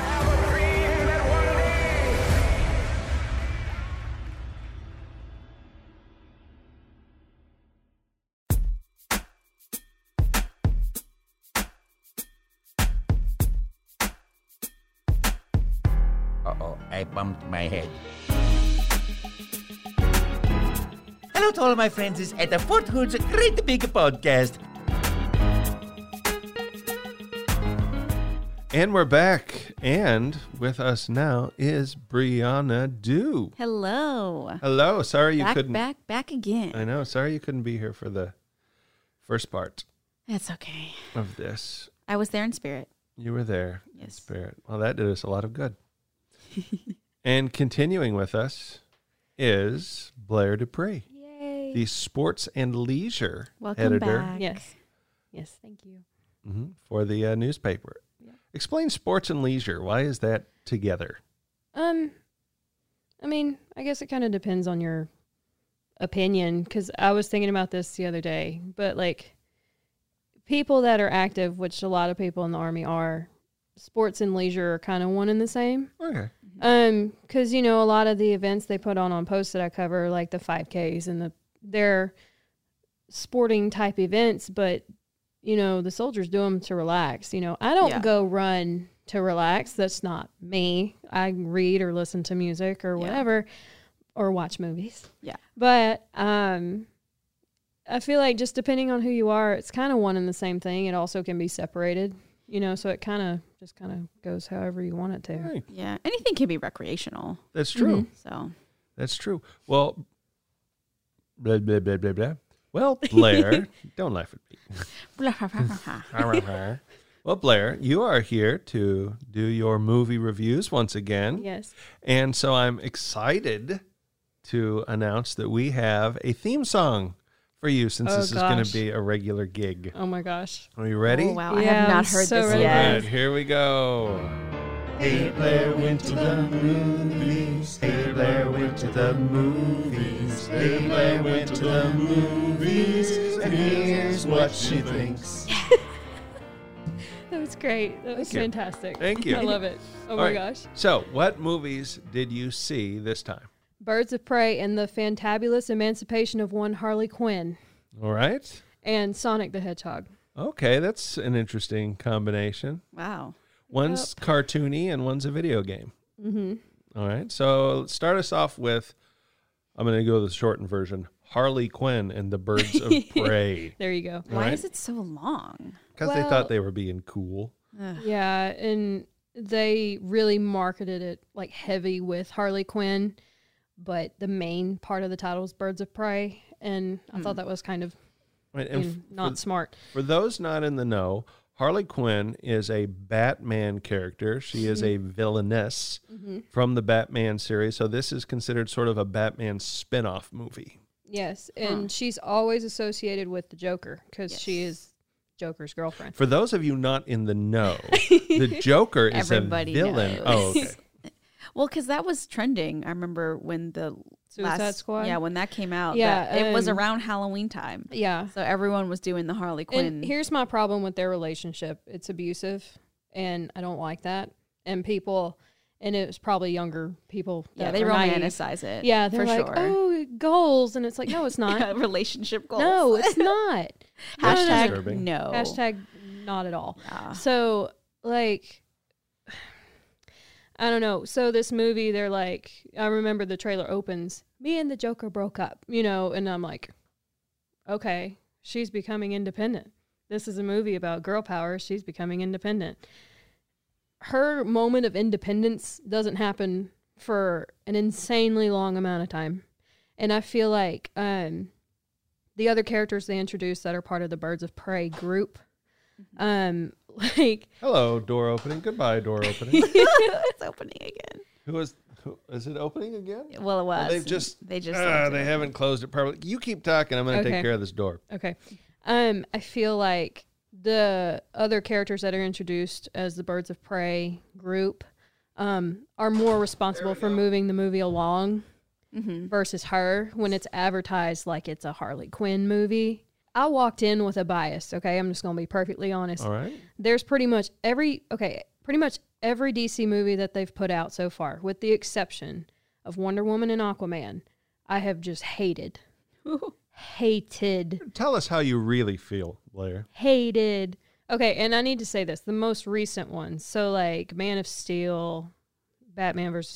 Speaker 16: Uh-oh, I bumped my head. Hello to all my friends at the Fort Hood's Great Big Podcast.
Speaker 4: And we're back, and with us now is Brianna Dew.
Speaker 3: Hello.
Speaker 4: Hello. Sorry you
Speaker 3: back,
Speaker 4: couldn't.
Speaker 3: Back, back again.
Speaker 4: I know. Sorry you couldn't be here for the first part
Speaker 3: That's okay.
Speaker 4: of this.
Speaker 3: I was there in spirit.
Speaker 4: You were there. in
Speaker 3: Yes.
Speaker 4: Spirit. Well, that did us a lot of good. and continuing with us is Blair Dupree, Yay. the sports and leisure
Speaker 8: Welcome
Speaker 4: editor
Speaker 8: back. Yes. Yes, thank you.
Speaker 4: Mhm, for the uh, newspaper. Explain sports and leisure. Why is that together?
Speaker 8: Um, I mean, I guess it kind of depends on your opinion because I was thinking about this the other day, but like people that are active, which a lot of people in the army are, sports and leisure are kind of one and the same.
Speaker 4: Okay.
Speaker 3: Mm-hmm.
Speaker 8: Um, because you know a lot of the events they put on on posts that I cover, like the 5Ks and the they're sporting type events, but you know the soldiers do them to relax. You know I don't
Speaker 3: Yeah.
Speaker 8: go run to relax. That's not me. I read or listen to music or whatever, or watch movies.
Speaker 3: Yeah.
Speaker 8: But um, I feel like just depending on who you are, it's kind of one and the same thing. It also can be separated, you know. So it kind of just kind of goes however you want it to. Mm-hmm.
Speaker 3: Yeah, anything can be recreational.
Speaker 4: That's true.
Speaker 3: Mhm. So
Speaker 4: That's true. Well, blah, blah, blah, blah, blah. Well, Blair, don't laugh at me. well, Blair, you are here to do your movie reviews once again.
Speaker 8: Yes.
Speaker 4: And so I'm excited to announce that we have a theme song for you since
Speaker 8: Oh,
Speaker 4: this is going
Speaker 8: gosh.
Speaker 4: to be a regular gig.
Speaker 8: Oh my gosh.
Speaker 4: Are you ready?
Speaker 8: Oh, wow. I have Yeah, not I'm heard so this ready.
Speaker 4: All
Speaker 8: yet.
Speaker 4: right, here we go.
Speaker 7: Hey Blair went to the movies. Hey Blair went to the movies. Hey Blair went to the movies. And here's what she thinks.
Speaker 8: That was great. That was
Speaker 4: Thank you.
Speaker 8: fantastic.
Speaker 4: Thank you.
Speaker 8: I love it. Oh
Speaker 4: All
Speaker 8: my
Speaker 4: right,
Speaker 8: gosh.
Speaker 4: So, what movies did you see this time?
Speaker 8: Birds of Prey and the Fantabulous Emancipation of One Harley Quinn
Speaker 4: All right.
Speaker 8: and Sonic the Hedgehog.
Speaker 4: Okay, that's an interesting combination.
Speaker 8: Wow.
Speaker 4: One's cartoony and one's a video game.
Speaker 8: Mhm.
Speaker 4: All right. So start us off with I'm going to go the shortened version Harley Quinn and the Birds of Prey.
Speaker 8: There you go.
Speaker 4: All right?
Speaker 8: it so long?
Speaker 4: Because they thought they were being cool.
Speaker 8: Yeah, and they really marketed it like heavy with Harley Quinn, but the main part of the title is Birds of Prey, and I
Speaker 3: Hmm.
Speaker 8: thought that was kind of
Speaker 4: Right, and
Speaker 8: you
Speaker 4: f-
Speaker 8: know, not
Speaker 4: for-
Speaker 8: smart.
Speaker 4: For those not in the know, Harley Quinn is a Batman character. She is
Speaker 8: Mm-hmm.
Speaker 4: a villainess
Speaker 8: Mhm.
Speaker 4: from the Batman series. So this is considered sort of a Batman spin off movie.
Speaker 8: Yes, and she's always associated with the Joker because she is Joker's girlfriend.
Speaker 4: For those of you not in the know, the Joker is
Speaker 3: Everybody
Speaker 4: a villain.
Speaker 3: knows.
Speaker 4: Oh, okay.
Speaker 3: well, because that was trending. I remember when the
Speaker 8: Suicide
Speaker 3: last,
Speaker 8: Squad?
Speaker 3: Yeah, when that came out.
Speaker 8: Yeah,
Speaker 3: that- it was
Speaker 8: um,
Speaker 3: around Halloween time.
Speaker 8: Yeah.
Speaker 3: so everyone was doing the Harley Quinn.
Speaker 8: And here's my problem with their relationship. It's abusive, and I don't like that. And people, and it was probably younger people.
Speaker 3: Yeah,
Speaker 8: that
Speaker 3: they
Speaker 8: were naive.
Speaker 3: romanticize it,
Speaker 8: Yeah, they're
Speaker 3: for
Speaker 8: like,
Speaker 3: sure.
Speaker 8: oh, goals, and it's like, no, it's not.
Speaker 3: Yeah, relationship goals.
Speaker 8: No, it's not. No, no, no,
Speaker 3: Hashtag
Speaker 8: no.
Speaker 3: disturbing. no. Ah.
Speaker 8: Hashtag not at all. So like. I don't know. So this movie, they're like, I remember the trailer opens. Me and the Joker broke up, you know, and I'm like, okay, she's becoming independent. This is a movie about girl power. She's becoming independent. Her moment of independence doesn't happen for an insanely long amount of time. And I feel like um, the other characters they introduced that are part of the Birds of Prey group,
Speaker 3: Mm-hmm.
Speaker 8: um, like,
Speaker 4: Hello, door opening. Goodbye, door opening.
Speaker 3: it's opening again.
Speaker 4: Who is who, is it opening again?
Speaker 3: Well, it was.
Speaker 4: they've just
Speaker 3: they just
Speaker 4: ah,
Speaker 3: left it
Speaker 4: they haven't closed it properly. You keep talking. I'm going to
Speaker 8: Okay.
Speaker 4: take care of this door.
Speaker 8: Okay. Um, I feel like the other characters that are introduced as the Birds of Prey group um, are more responsible for moving the movie along
Speaker 4: Mm-hmm.
Speaker 8: versus her when it's advertised like it's a Harley Quinn movie. I walked in with a bias, okay? I'm just going to be perfectly honest.
Speaker 4: All right.
Speaker 8: There's pretty much every, okay, pretty much every DC movie that they've put out so far, with the exception of Wonder Woman and Aquaman, I have just hated. hated
Speaker 4: Tell us how you really feel, Blair.
Speaker 8: hated. Okay, and I need to say this: the most recent ones, so like Man of Steel, Batman versus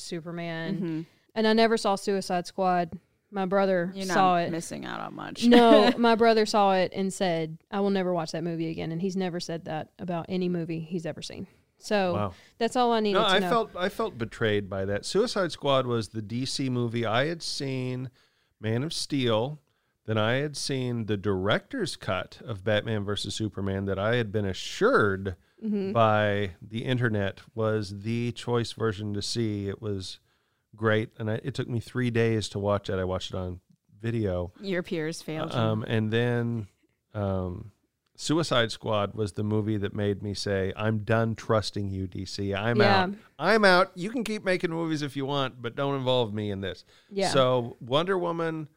Speaker 3: Mhm.
Speaker 8: Superman, and I never saw Suicide Squad. My brother
Speaker 3: You're
Speaker 8: saw
Speaker 3: not
Speaker 8: it.
Speaker 3: missing out on much.
Speaker 8: no, my brother saw it and said, "I will never watch that movie again," and he's never said that about any movie he's ever seen. So
Speaker 4: Wow.
Speaker 8: that's all I needed
Speaker 4: No,
Speaker 8: to
Speaker 4: I
Speaker 8: know.
Speaker 4: felt I felt betrayed by that. Suicide Squad was the DC movie I had seen, Man of Steel. Then I had seen the director's cut of Batman versus Superman that I had been assured
Speaker 8: Mm-hmm.
Speaker 7: Mhm.
Speaker 4: by the internet was the choice version to see. It was great, and I, it took me three days to watch it. I watched it on video.
Speaker 3: Your peers failed you.
Speaker 4: Um, and then um, Suicide Squad was the movie that made me say, "I'm done trusting you, DC. I'm
Speaker 7: Yeah.
Speaker 4: out. I'm out. You can keep making movies if you want, but don't involve me in this."
Speaker 7: Yeah.
Speaker 4: So Wonder Woman,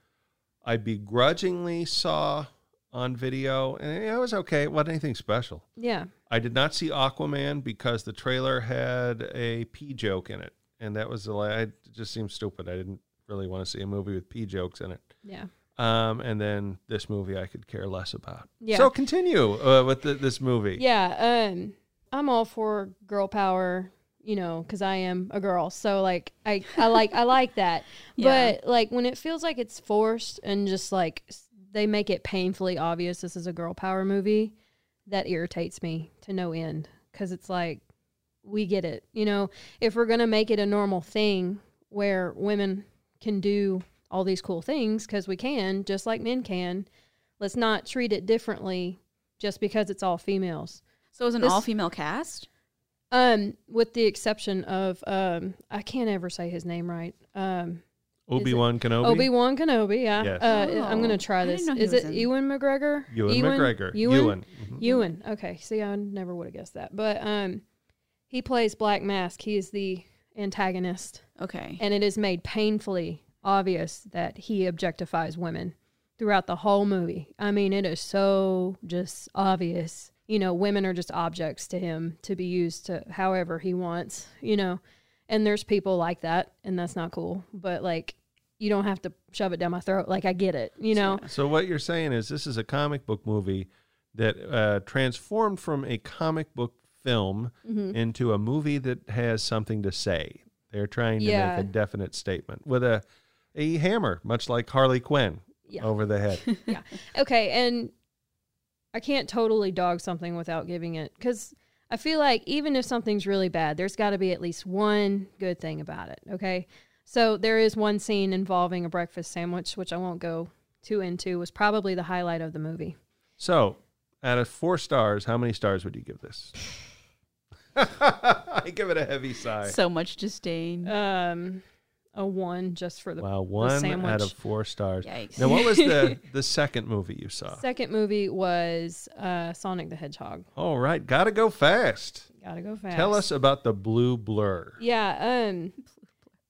Speaker 4: I begrudgingly saw on video, and it was okay. It wasn't anything special.
Speaker 8: yeah.
Speaker 4: I did not see Aquaman because the trailer had a pee joke in it, and that was the la- I it just seemed stupid. I didn't really want to see a movie with pee jokes in it.
Speaker 8: Yeah.
Speaker 4: Um, and then this movie I could care less about.
Speaker 8: Yeah.
Speaker 4: So continue uh, with the, this movie.
Speaker 8: Yeah, um, I'm all for girl power, you know, because I am a girl. So like, I, I like I like that.
Speaker 3: Yeah.
Speaker 8: But like when it feels like it's forced and just like s- they make it painfully obvious this is a girl power movie, that irritates me to no end because it's like we get it. You know, if we're gonna make it a normal thing where women can do all these cool things because we can, just like men can, let's not treat it differently just because it's all females.
Speaker 3: So it was an
Speaker 8: This-
Speaker 3: all-female cast.
Speaker 8: Um, with the exception of um, I can't ever say his name right. Um,
Speaker 4: Obi-Wan Kenobi?
Speaker 8: Obi Wan Kenobi. Yeah.
Speaker 4: Yes.
Speaker 8: Uh, I'm
Speaker 3: Oh,
Speaker 8: gonna
Speaker 3: I
Speaker 8: try
Speaker 3: didn't
Speaker 8: this.
Speaker 3: know he
Speaker 8: Is
Speaker 3: was
Speaker 8: it
Speaker 3: in-
Speaker 8: Ewan McGregor?
Speaker 4: Ewan McGregor.
Speaker 8: Ewan.
Speaker 4: Ewan. Mhm.
Speaker 8: Ewan. Okay. See, I never would have guessed that. But um, he plays Black Mask. He is the antagonist.
Speaker 3: Okay.
Speaker 8: And it is made painfully obvious that he objectifies women throughout the whole movie. I mean, it is so just obvious. You know, women are just objects to him to be used to however he wants, you know. And there's people like that, and that's not cool. But like, you don't have to shove it down my throat. Like, I get it, you know.
Speaker 4: So what you're saying is this is a comic book movie that uh, transformed from a comic book film
Speaker 8: Mhm.
Speaker 4: into a movie that has something to say. They're trying to
Speaker 8: Yeah.
Speaker 4: make a definite statement with a a hammer, much like Harley Quinn,
Speaker 8: Yeah.
Speaker 4: over the head.
Speaker 8: Okay, and I can't totally dog something without giving it because I feel like even if something's really bad, there's got to be at least one good thing about it. Okay, so there is one scene involving a breakfast sandwich, which I won't go too into, was probably the highlight of the movie.
Speaker 4: so, out of four stars, how many stars would you give this? I give it a heavy sigh.
Speaker 3: So much disdain.
Speaker 8: Um, a one just for the
Speaker 4: wow,
Speaker 8: the
Speaker 4: one
Speaker 8: sandwich.
Speaker 4: out of four stars.
Speaker 8: Yikes.
Speaker 4: Now, what was the the second movie you saw?
Speaker 8: Second movie was uh, Sonic the Hedgehog.
Speaker 4: All right, gotta go fast.
Speaker 8: Gotta go fast.
Speaker 4: Tell us about the blue blur.
Speaker 8: Yeah, um,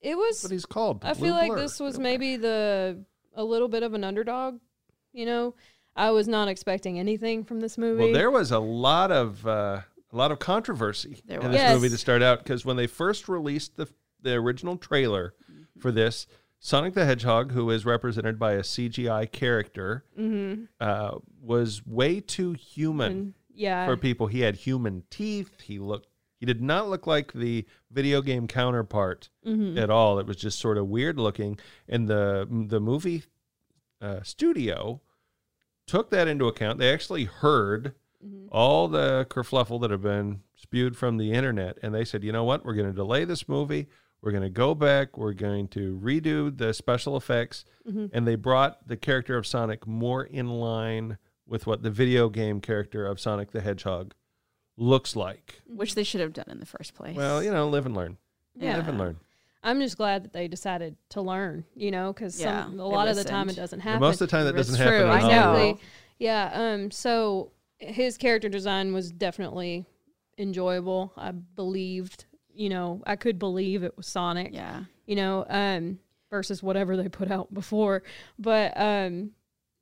Speaker 8: it was.
Speaker 4: what he's called,
Speaker 8: I
Speaker 4: Blue
Speaker 8: feel like
Speaker 4: Blur.
Speaker 8: this was maybe the a little bit of an underdog. You know, I was not expecting anything from this movie.
Speaker 4: Well, there was a lot of uh, a lot of controversy
Speaker 8: There
Speaker 4: in
Speaker 8: was.
Speaker 4: this
Speaker 8: Yes.
Speaker 4: movie to start out because when they first released the the original trailer
Speaker 8: Mm-hmm.
Speaker 4: for this, Sonic the Hedgehog, who is represented by a CGI character,
Speaker 8: Mhm.
Speaker 4: uh, was way too human
Speaker 8: Human. Yeah.
Speaker 4: for people. He had human teeth. He looked. He did not look like the video game counterpart
Speaker 8: Mhm.
Speaker 4: at all. It was just sort of weird looking, and the the movie uh, studio took that into account. They actually heard all the kerfluffle that had been spewed from the internet, and they said, you know what? We're going to delay this movie. We're going to go back. We're going to redo the special effects.
Speaker 8: Mhm.
Speaker 4: And they brought the character of Sonic more in line with what the video game character of Sonic the Hedgehog looks like.
Speaker 3: Which they should have done in the first place.
Speaker 4: Well, you know, live and learn.
Speaker 8: Yeah.
Speaker 4: Live and learn.
Speaker 8: I'm just glad that they decided to learn. You know, because
Speaker 3: Yeah,
Speaker 8: a
Speaker 3: they
Speaker 8: lot of the time it
Speaker 3: listened.
Speaker 8: doesn't
Speaker 4: Yeah,
Speaker 8: happen.
Speaker 4: most of the time that
Speaker 8: It's
Speaker 4: doesn't happen in
Speaker 8: true, I know.
Speaker 4: Hollywood.
Speaker 8: Yeah. Um. So his character design was definitely enjoyable. I believed. You know, I could believe it was Sonic.
Speaker 3: Yeah.
Speaker 8: You know. Um. Versus whatever they put out before, but um,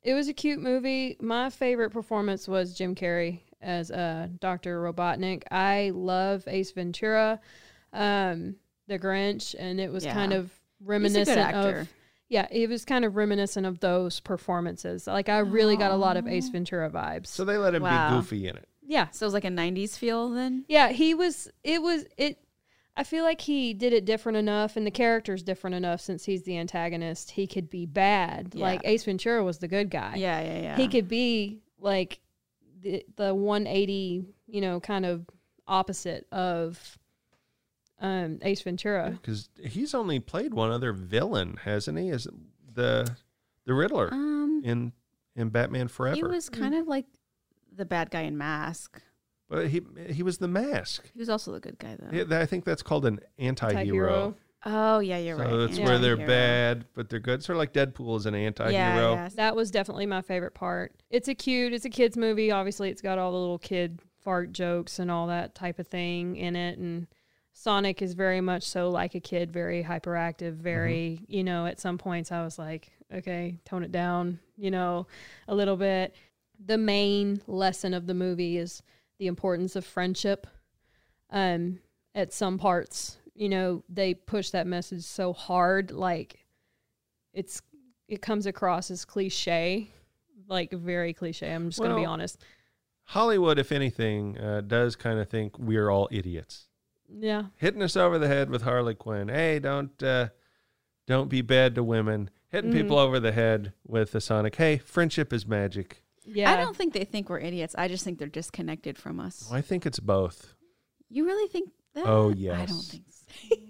Speaker 8: it was a cute movie. My favorite performance was Jim Carrey as uh, Dr. Robotnik. I love Ace Ventura, um, The Grinch, and it was
Speaker 3: Yeah.
Speaker 8: kind of
Speaker 3: He's a good
Speaker 8: reminiscent
Speaker 3: actor.
Speaker 8: of. Yeah, it was kind of reminiscent of those performances. Like I really got a lot of
Speaker 3: Oh.
Speaker 8: Ace Ventura vibes. So
Speaker 4: they let him
Speaker 8: Wow.
Speaker 4: be goofy in it.
Speaker 8: Yeah.
Speaker 3: So it was like a 90s feel then?
Speaker 8: Yeah, he was. It was it. I feel like he did it different enough, and the character's different enough since he's the antagonist. He could be bad,
Speaker 3: Yeah.
Speaker 8: like Ace Ventura was the good guy.
Speaker 3: Yeah, yeah, yeah.
Speaker 8: He could be like the the one eighty, you know, kind of opposite of um, Ace Ventura.
Speaker 4: Because he's only played one other villain, hasn't he? Is the the Riddler
Speaker 3: Um,
Speaker 4: in in Batman Forever? Mm.
Speaker 3: He was kind of like the bad guy in Mask.
Speaker 4: But he he was the mask.
Speaker 3: He was also the good guy though.
Speaker 4: Yeah, I think that's called an anti-hero.
Speaker 3: Oh yeah, you're
Speaker 4: so
Speaker 3: right.
Speaker 4: that's where they're bad, but they're good. Sort of like Deadpool is an anti-hero.
Speaker 8: That was definitely my favorite part. It's a cute, it's a kids movie. Obviously, it's got all the little kid fart jokes and all that type of thing in it and Sonic is very much so like a kid, very hyperactive, very, you know, at some points I was like, okay, tone it down, you know, a little bit. The main lesson of the movie is the importance of friendship. Um, at some parts, you know, they push that message so hard, like it's it comes across as cliche, like very cliche. I'm just gonna be
Speaker 4: Well,
Speaker 8: honest.
Speaker 4: Hollywood, if anything, uh, does kind of think we're all idiots.
Speaker 8: Yeah.
Speaker 4: hitting us over the head with Harley Quinn. Hey, don't uh, don't be bad to women. Hitting
Speaker 3: Mhm.
Speaker 4: people over the head with the Sonic. Hey, friendship is magic.
Speaker 8: Yeah.
Speaker 3: I don't think they think we're idiots. I just think they're disconnected from us.
Speaker 4: I think it's both.
Speaker 3: You really think that?
Speaker 4: Oh yes.
Speaker 3: yeah. I don't think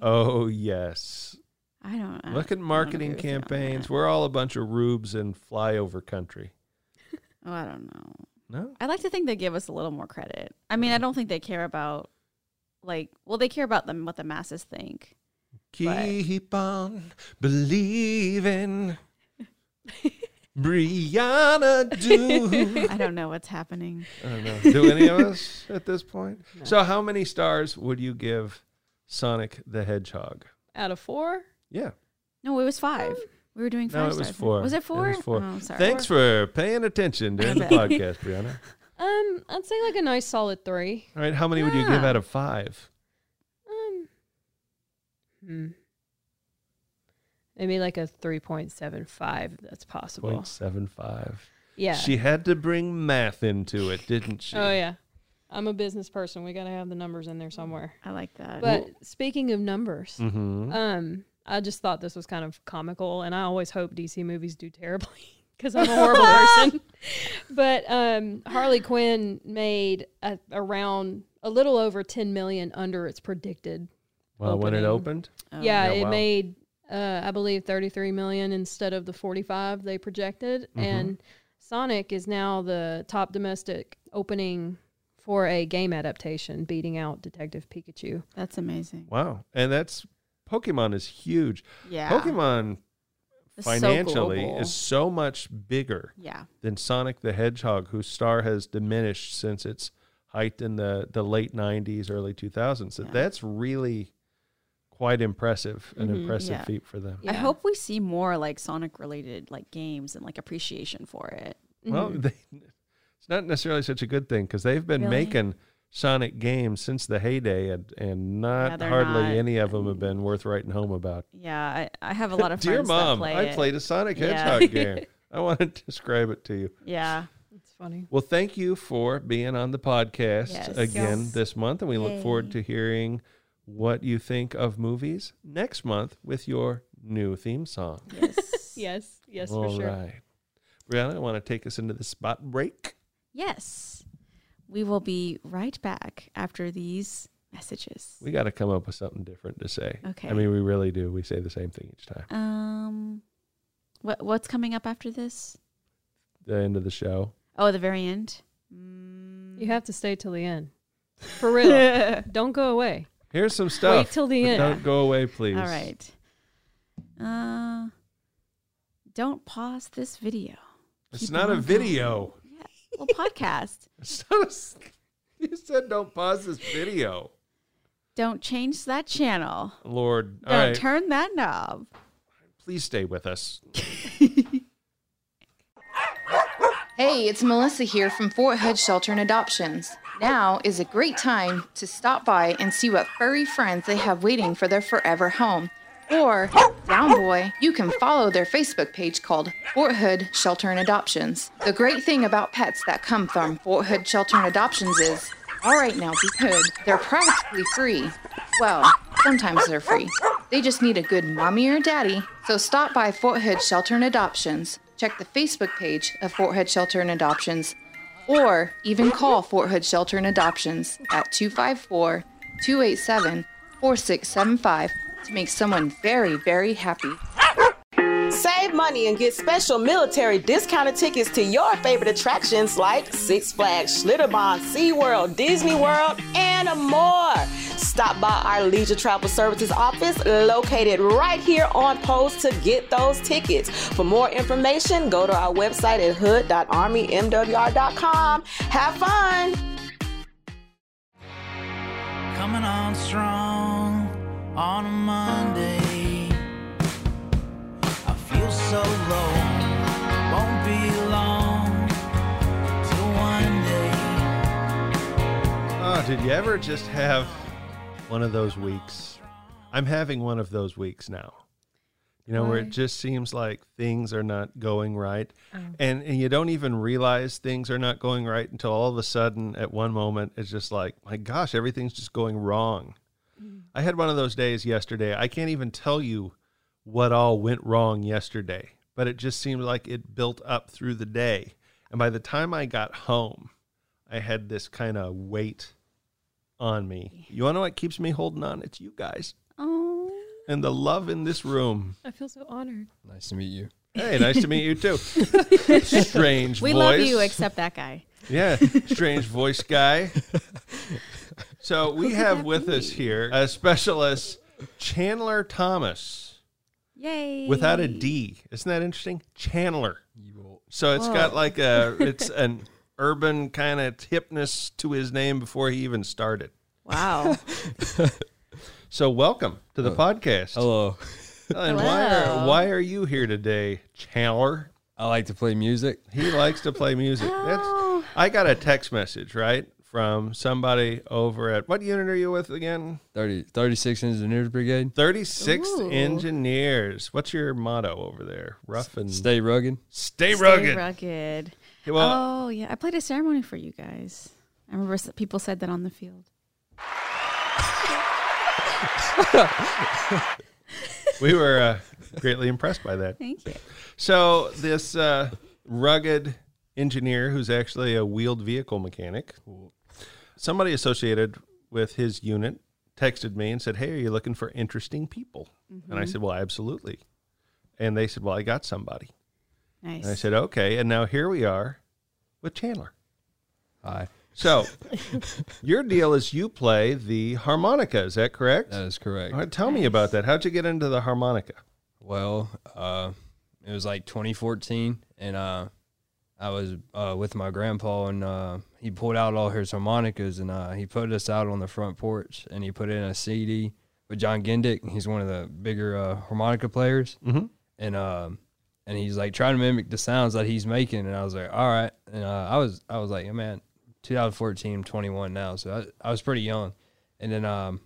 Speaker 4: oh yes.
Speaker 3: I don't I
Speaker 4: Look at
Speaker 3: don't
Speaker 4: marketing
Speaker 3: agree with you on
Speaker 4: campaigns. We're all a bunch of rubes in flyover country.
Speaker 3: that. Oh, I don't know.
Speaker 4: No.
Speaker 3: I like to think they give us a little more credit. I mean, I don't think they care about like well, they care about them what the masses think.
Speaker 4: Keep on believing. Brianna do.
Speaker 3: I don't know what's happening.
Speaker 4: I don't know. Do any of us at this point? So, how many stars would you give Sonic the Hedgehog?
Speaker 8: Out of four?
Speaker 4: Yeah.
Speaker 3: No, it was five. We were doing
Speaker 4: No,
Speaker 3: five.
Speaker 4: it was
Speaker 3: stars.
Speaker 4: four.
Speaker 3: Was it four?
Speaker 4: was four.
Speaker 3: Oh, I'm sorry.
Speaker 4: Thanks for paying attention during the
Speaker 3: bet.
Speaker 4: podcast, Brianna.
Speaker 8: Um, I'd say like a nice solid three.
Speaker 4: All right, how many would you give
Speaker 8: Yeah.
Speaker 4: out of five?
Speaker 8: Um, hmm. Maybe like a 3.75. That's possible.
Speaker 4: Point seven five.
Speaker 8: Yeah.
Speaker 4: She had to bring math into it, didn't she?
Speaker 8: Oh, yeah. I'm a business person. We got to have the numbers in there somewhere.
Speaker 3: I like that.
Speaker 8: But speaking of numbers,
Speaker 4: Mhm.
Speaker 8: um, I just thought this was kind of comical, and I always hope DC movies do terribly because I'm a horrible person. But um, Harley Quinn made a, around a little over 10 million under its predicted.
Speaker 4: Well, when it opened?
Speaker 8: Yeah,
Speaker 4: Oh,
Speaker 8: it
Speaker 4: wow.
Speaker 8: made uh, I believe 33 million instead of the 45 they projected,
Speaker 4: Mhm.
Speaker 8: and Sonic is now the top domestic opening for a game adaptation, beating out Detective Pikachu.
Speaker 3: That's amazing.
Speaker 4: Wow. And that's Pokemon is huge.
Speaker 3: Yeah.
Speaker 4: Pokemon
Speaker 3: It's so
Speaker 4: financially
Speaker 3: global.
Speaker 4: is so much bigger
Speaker 3: Yeah.
Speaker 4: than Sonic the Hedgehog, whose star has diminished since its height in the, the late 90s, early 2000s. So That's really quite impressive, an
Speaker 8: Mm-hmm.
Speaker 3: Mhm.
Speaker 4: impressive
Speaker 3: Yeah.
Speaker 4: feat for them.
Speaker 3: I hope we see more like Sonic related like games and like appreciation for it.
Speaker 4: Well, they, it's not necessarily such a good thing because they've been
Speaker 3: Mm-hmm. Really?
Speaker 4: making Sonic games since the heyday, and and not
Speaker 3: they're
Speaker 4: hardly
Speaker 3: not-
Speaker 4: any of them have been worth writing home about.
Speaker 3: yeah, I, I have a lot of
Speaker 4: Dear
Speaker 3: friends
Speaker 4: mom,
Speaker 3: that play
Speaker 4: I
Speaker 3: it.
Speaker 4: played a Sonic
Speaker 3: Yeah.
Speaker 4: Hedgehog game. I want to describe it to you.
Speaker 3: yeah.
Speaker 8: It's funny.
Speaker 4: Well, thank you for being on the podcast
Speaker 3: Yes.
Speaker 4: again
Speaker 3: Yes.
Speaker 4: this month, and we look
Speaker 3: Yay.
Speaker 4: forward to hearing what you think of movies next month with your new theme song.
Speaker 8: yes, yes,
Speaker 4: All
Speaker 8: for sure.
Speaker 4: right. Brianna, I want to take us into the spot break.
Speaker 3: Yes. We will be right back after these messages.
Speaker 4: We got to come up with something different to say.
Speaker 3: Okay.
Speaker 4: I mean, we really do. We say the same thing each time.
Speaker 3: Um what what's coming up after this?
Speaker 4: The end of the show.
Speaker 3: Oh, the very end.
Speaker 8: You have to stay till the end. For real. Don't go away.
Speaker 4: Here's some stuff.
Speaker 8: till the
Speaker 4: but
Speaker 8: end.
Speaker 4: Don't go away, please.
Speaker 3: All right. Uh don't pause this video.
Speaker 4: It's
Speaker 3: Keep
Speaker 4: not a
Speaker 3: on
Speaker 4: video.
Speaker 3: going. Well, podcast.
Speaker 4: It's not a, you said don't pause this video.
Speaker 3: Don't change that channel.
Speaker 4: Lord.
Speaker 3: Don't
Speaker 4: All right.
Speaker 3: turn that knob.
Speaker 4: Please stay with us.
Speaker 17: Hey, it's Melissa here from Fort Hood Shelter and Adoptions. Now is a great time to stop by and see what furry friends they have waiting for their forever home. Or, down boy, you can follow their Facebook page called Fort Hood Shelter and Adoptions. The great thing about pets that come from Fort Hood Shelter and Adoptions is, all right now, be good, they're practically free. Well, sometimes they're free. They just need a good mommy or daddy. So stop by Fort Hood Shelter and Adoptions, check the Facebook page of Fort Hood Shelter and Adoptions, or even call Fort Hood Shelter and Adoptions at 254 287 4675 to make someone very, very happy.
Speaker 18: Save money and get special military discounted tickets to your favorite attractions like Six Flags, Schlitterbahn, SeaWorld, Disney World, and more. Stop by our Leisure Travel Services office located right here on Post to get those tickets. For more information, go to our website at hood.armymwr.com. Have fun!
Speaker 19: Coming on strong on a Monday. I feel so low. Won't be long till one day
Speaker 4: Oh, You ever just have one of those weeks? I'm having one of those weeks now. You know, where
Speaker 12: Why?
Speaker 4: it just seems like things are not going right.
Speaker 12: Oh.
Speaker 4: And and you don't even realize things are not going right until all of a sudden at one moment it's just like, my gosh, everything's just going wrong. I had one of those days yesterday. I can't even tell you what all went wrong yesterday, but it just seemed like it built up through the day. And by the time I got home, I had this kind of weight on me. You want to know what keeps me holding on? It's you guys
Speaker 8: Oh,
Speaker 4: and the love in this room.
Speaker 8: I feel so honored.
Speaker 4: Nice to meet you. Hey, nice to meet you too. strange
Speaker 3: we
Speaker 4: voice.
Speaker 3: love you except that guy.
Speaker 4: Yeah, strange voice guy. So we have with us here a specialist, Chandler Thomas,
Speaker 3: Yay.
Speaker 4: without a D. Isn't that interesting? Chandler. So it's
Speaker 3: Whoa.
Speaker 4: got like a it's an urban kind of hipness to his name before he even started.
Speaker 3: Wow.
Speaker 4: so welcome to the podcast. Oh. Hello. And why are
Speaker 3: Hello.
Speaker 4: why are you here today, Chandler? I like to play music. He likes to play music.
Speaker 3: Oh.
Speaker 4: That's, I got a text message, right? From somebody over at what unit are you with again?
Speaker 20: 30, 36 Engineers Brigade.
Speaker 4: 36th
Speaker 20: Ooh.
Speaker 4: Engineers. What's your motto over there? Rough and
Speaker 20: Stay rugged.
Speaker 4: Stay rugged.
Speaker 3: Stay rugged.
Speaker 4: Yeah, well-
Speaker 3: oh yeah, I played a ceremony for you guys. I remember s- people said that on the field.
Speaker 4: we were uh, greatly impressed by that.
Speaker 3: Thank you.
Speaker 4: So this uh, rugged engineer, who's actually a wheeled vehicle mechanic, somebody associated with his unit texted me and said, "Hey, are you looking for interesting people?" And I
Speaker 12: Mhm.
Speaker 4: said, "Well, absolutely." And they said, "Well, I got somebody."
Speaker 12: Nice.
Speaker 4: And I said, "Okay." And now here we are with Chandler. Hi. So, your deal is you play the harmonica. Is that correct? That
Speaker 20: is correct.
Speaker 4: All right, tell me about that. How'd you get into the harmonica?
Speaker 20: Well, uh, it was like 2014, and uh, I was uh, with my grandpa, and uh, he pulled out all his harmonicas, and uh, he put us out on the front porch, and he put in a CD with John Gendick. He's one of the bigger uh, harmonica players,
Speaker 4: Mhm.
Speaker 20: and um and he's like trying to mimic the sounds that he's making, and I was like, all right, and uh, I was I was like, man, 2014, I'm 21 now, so I, I was pretty young, and then um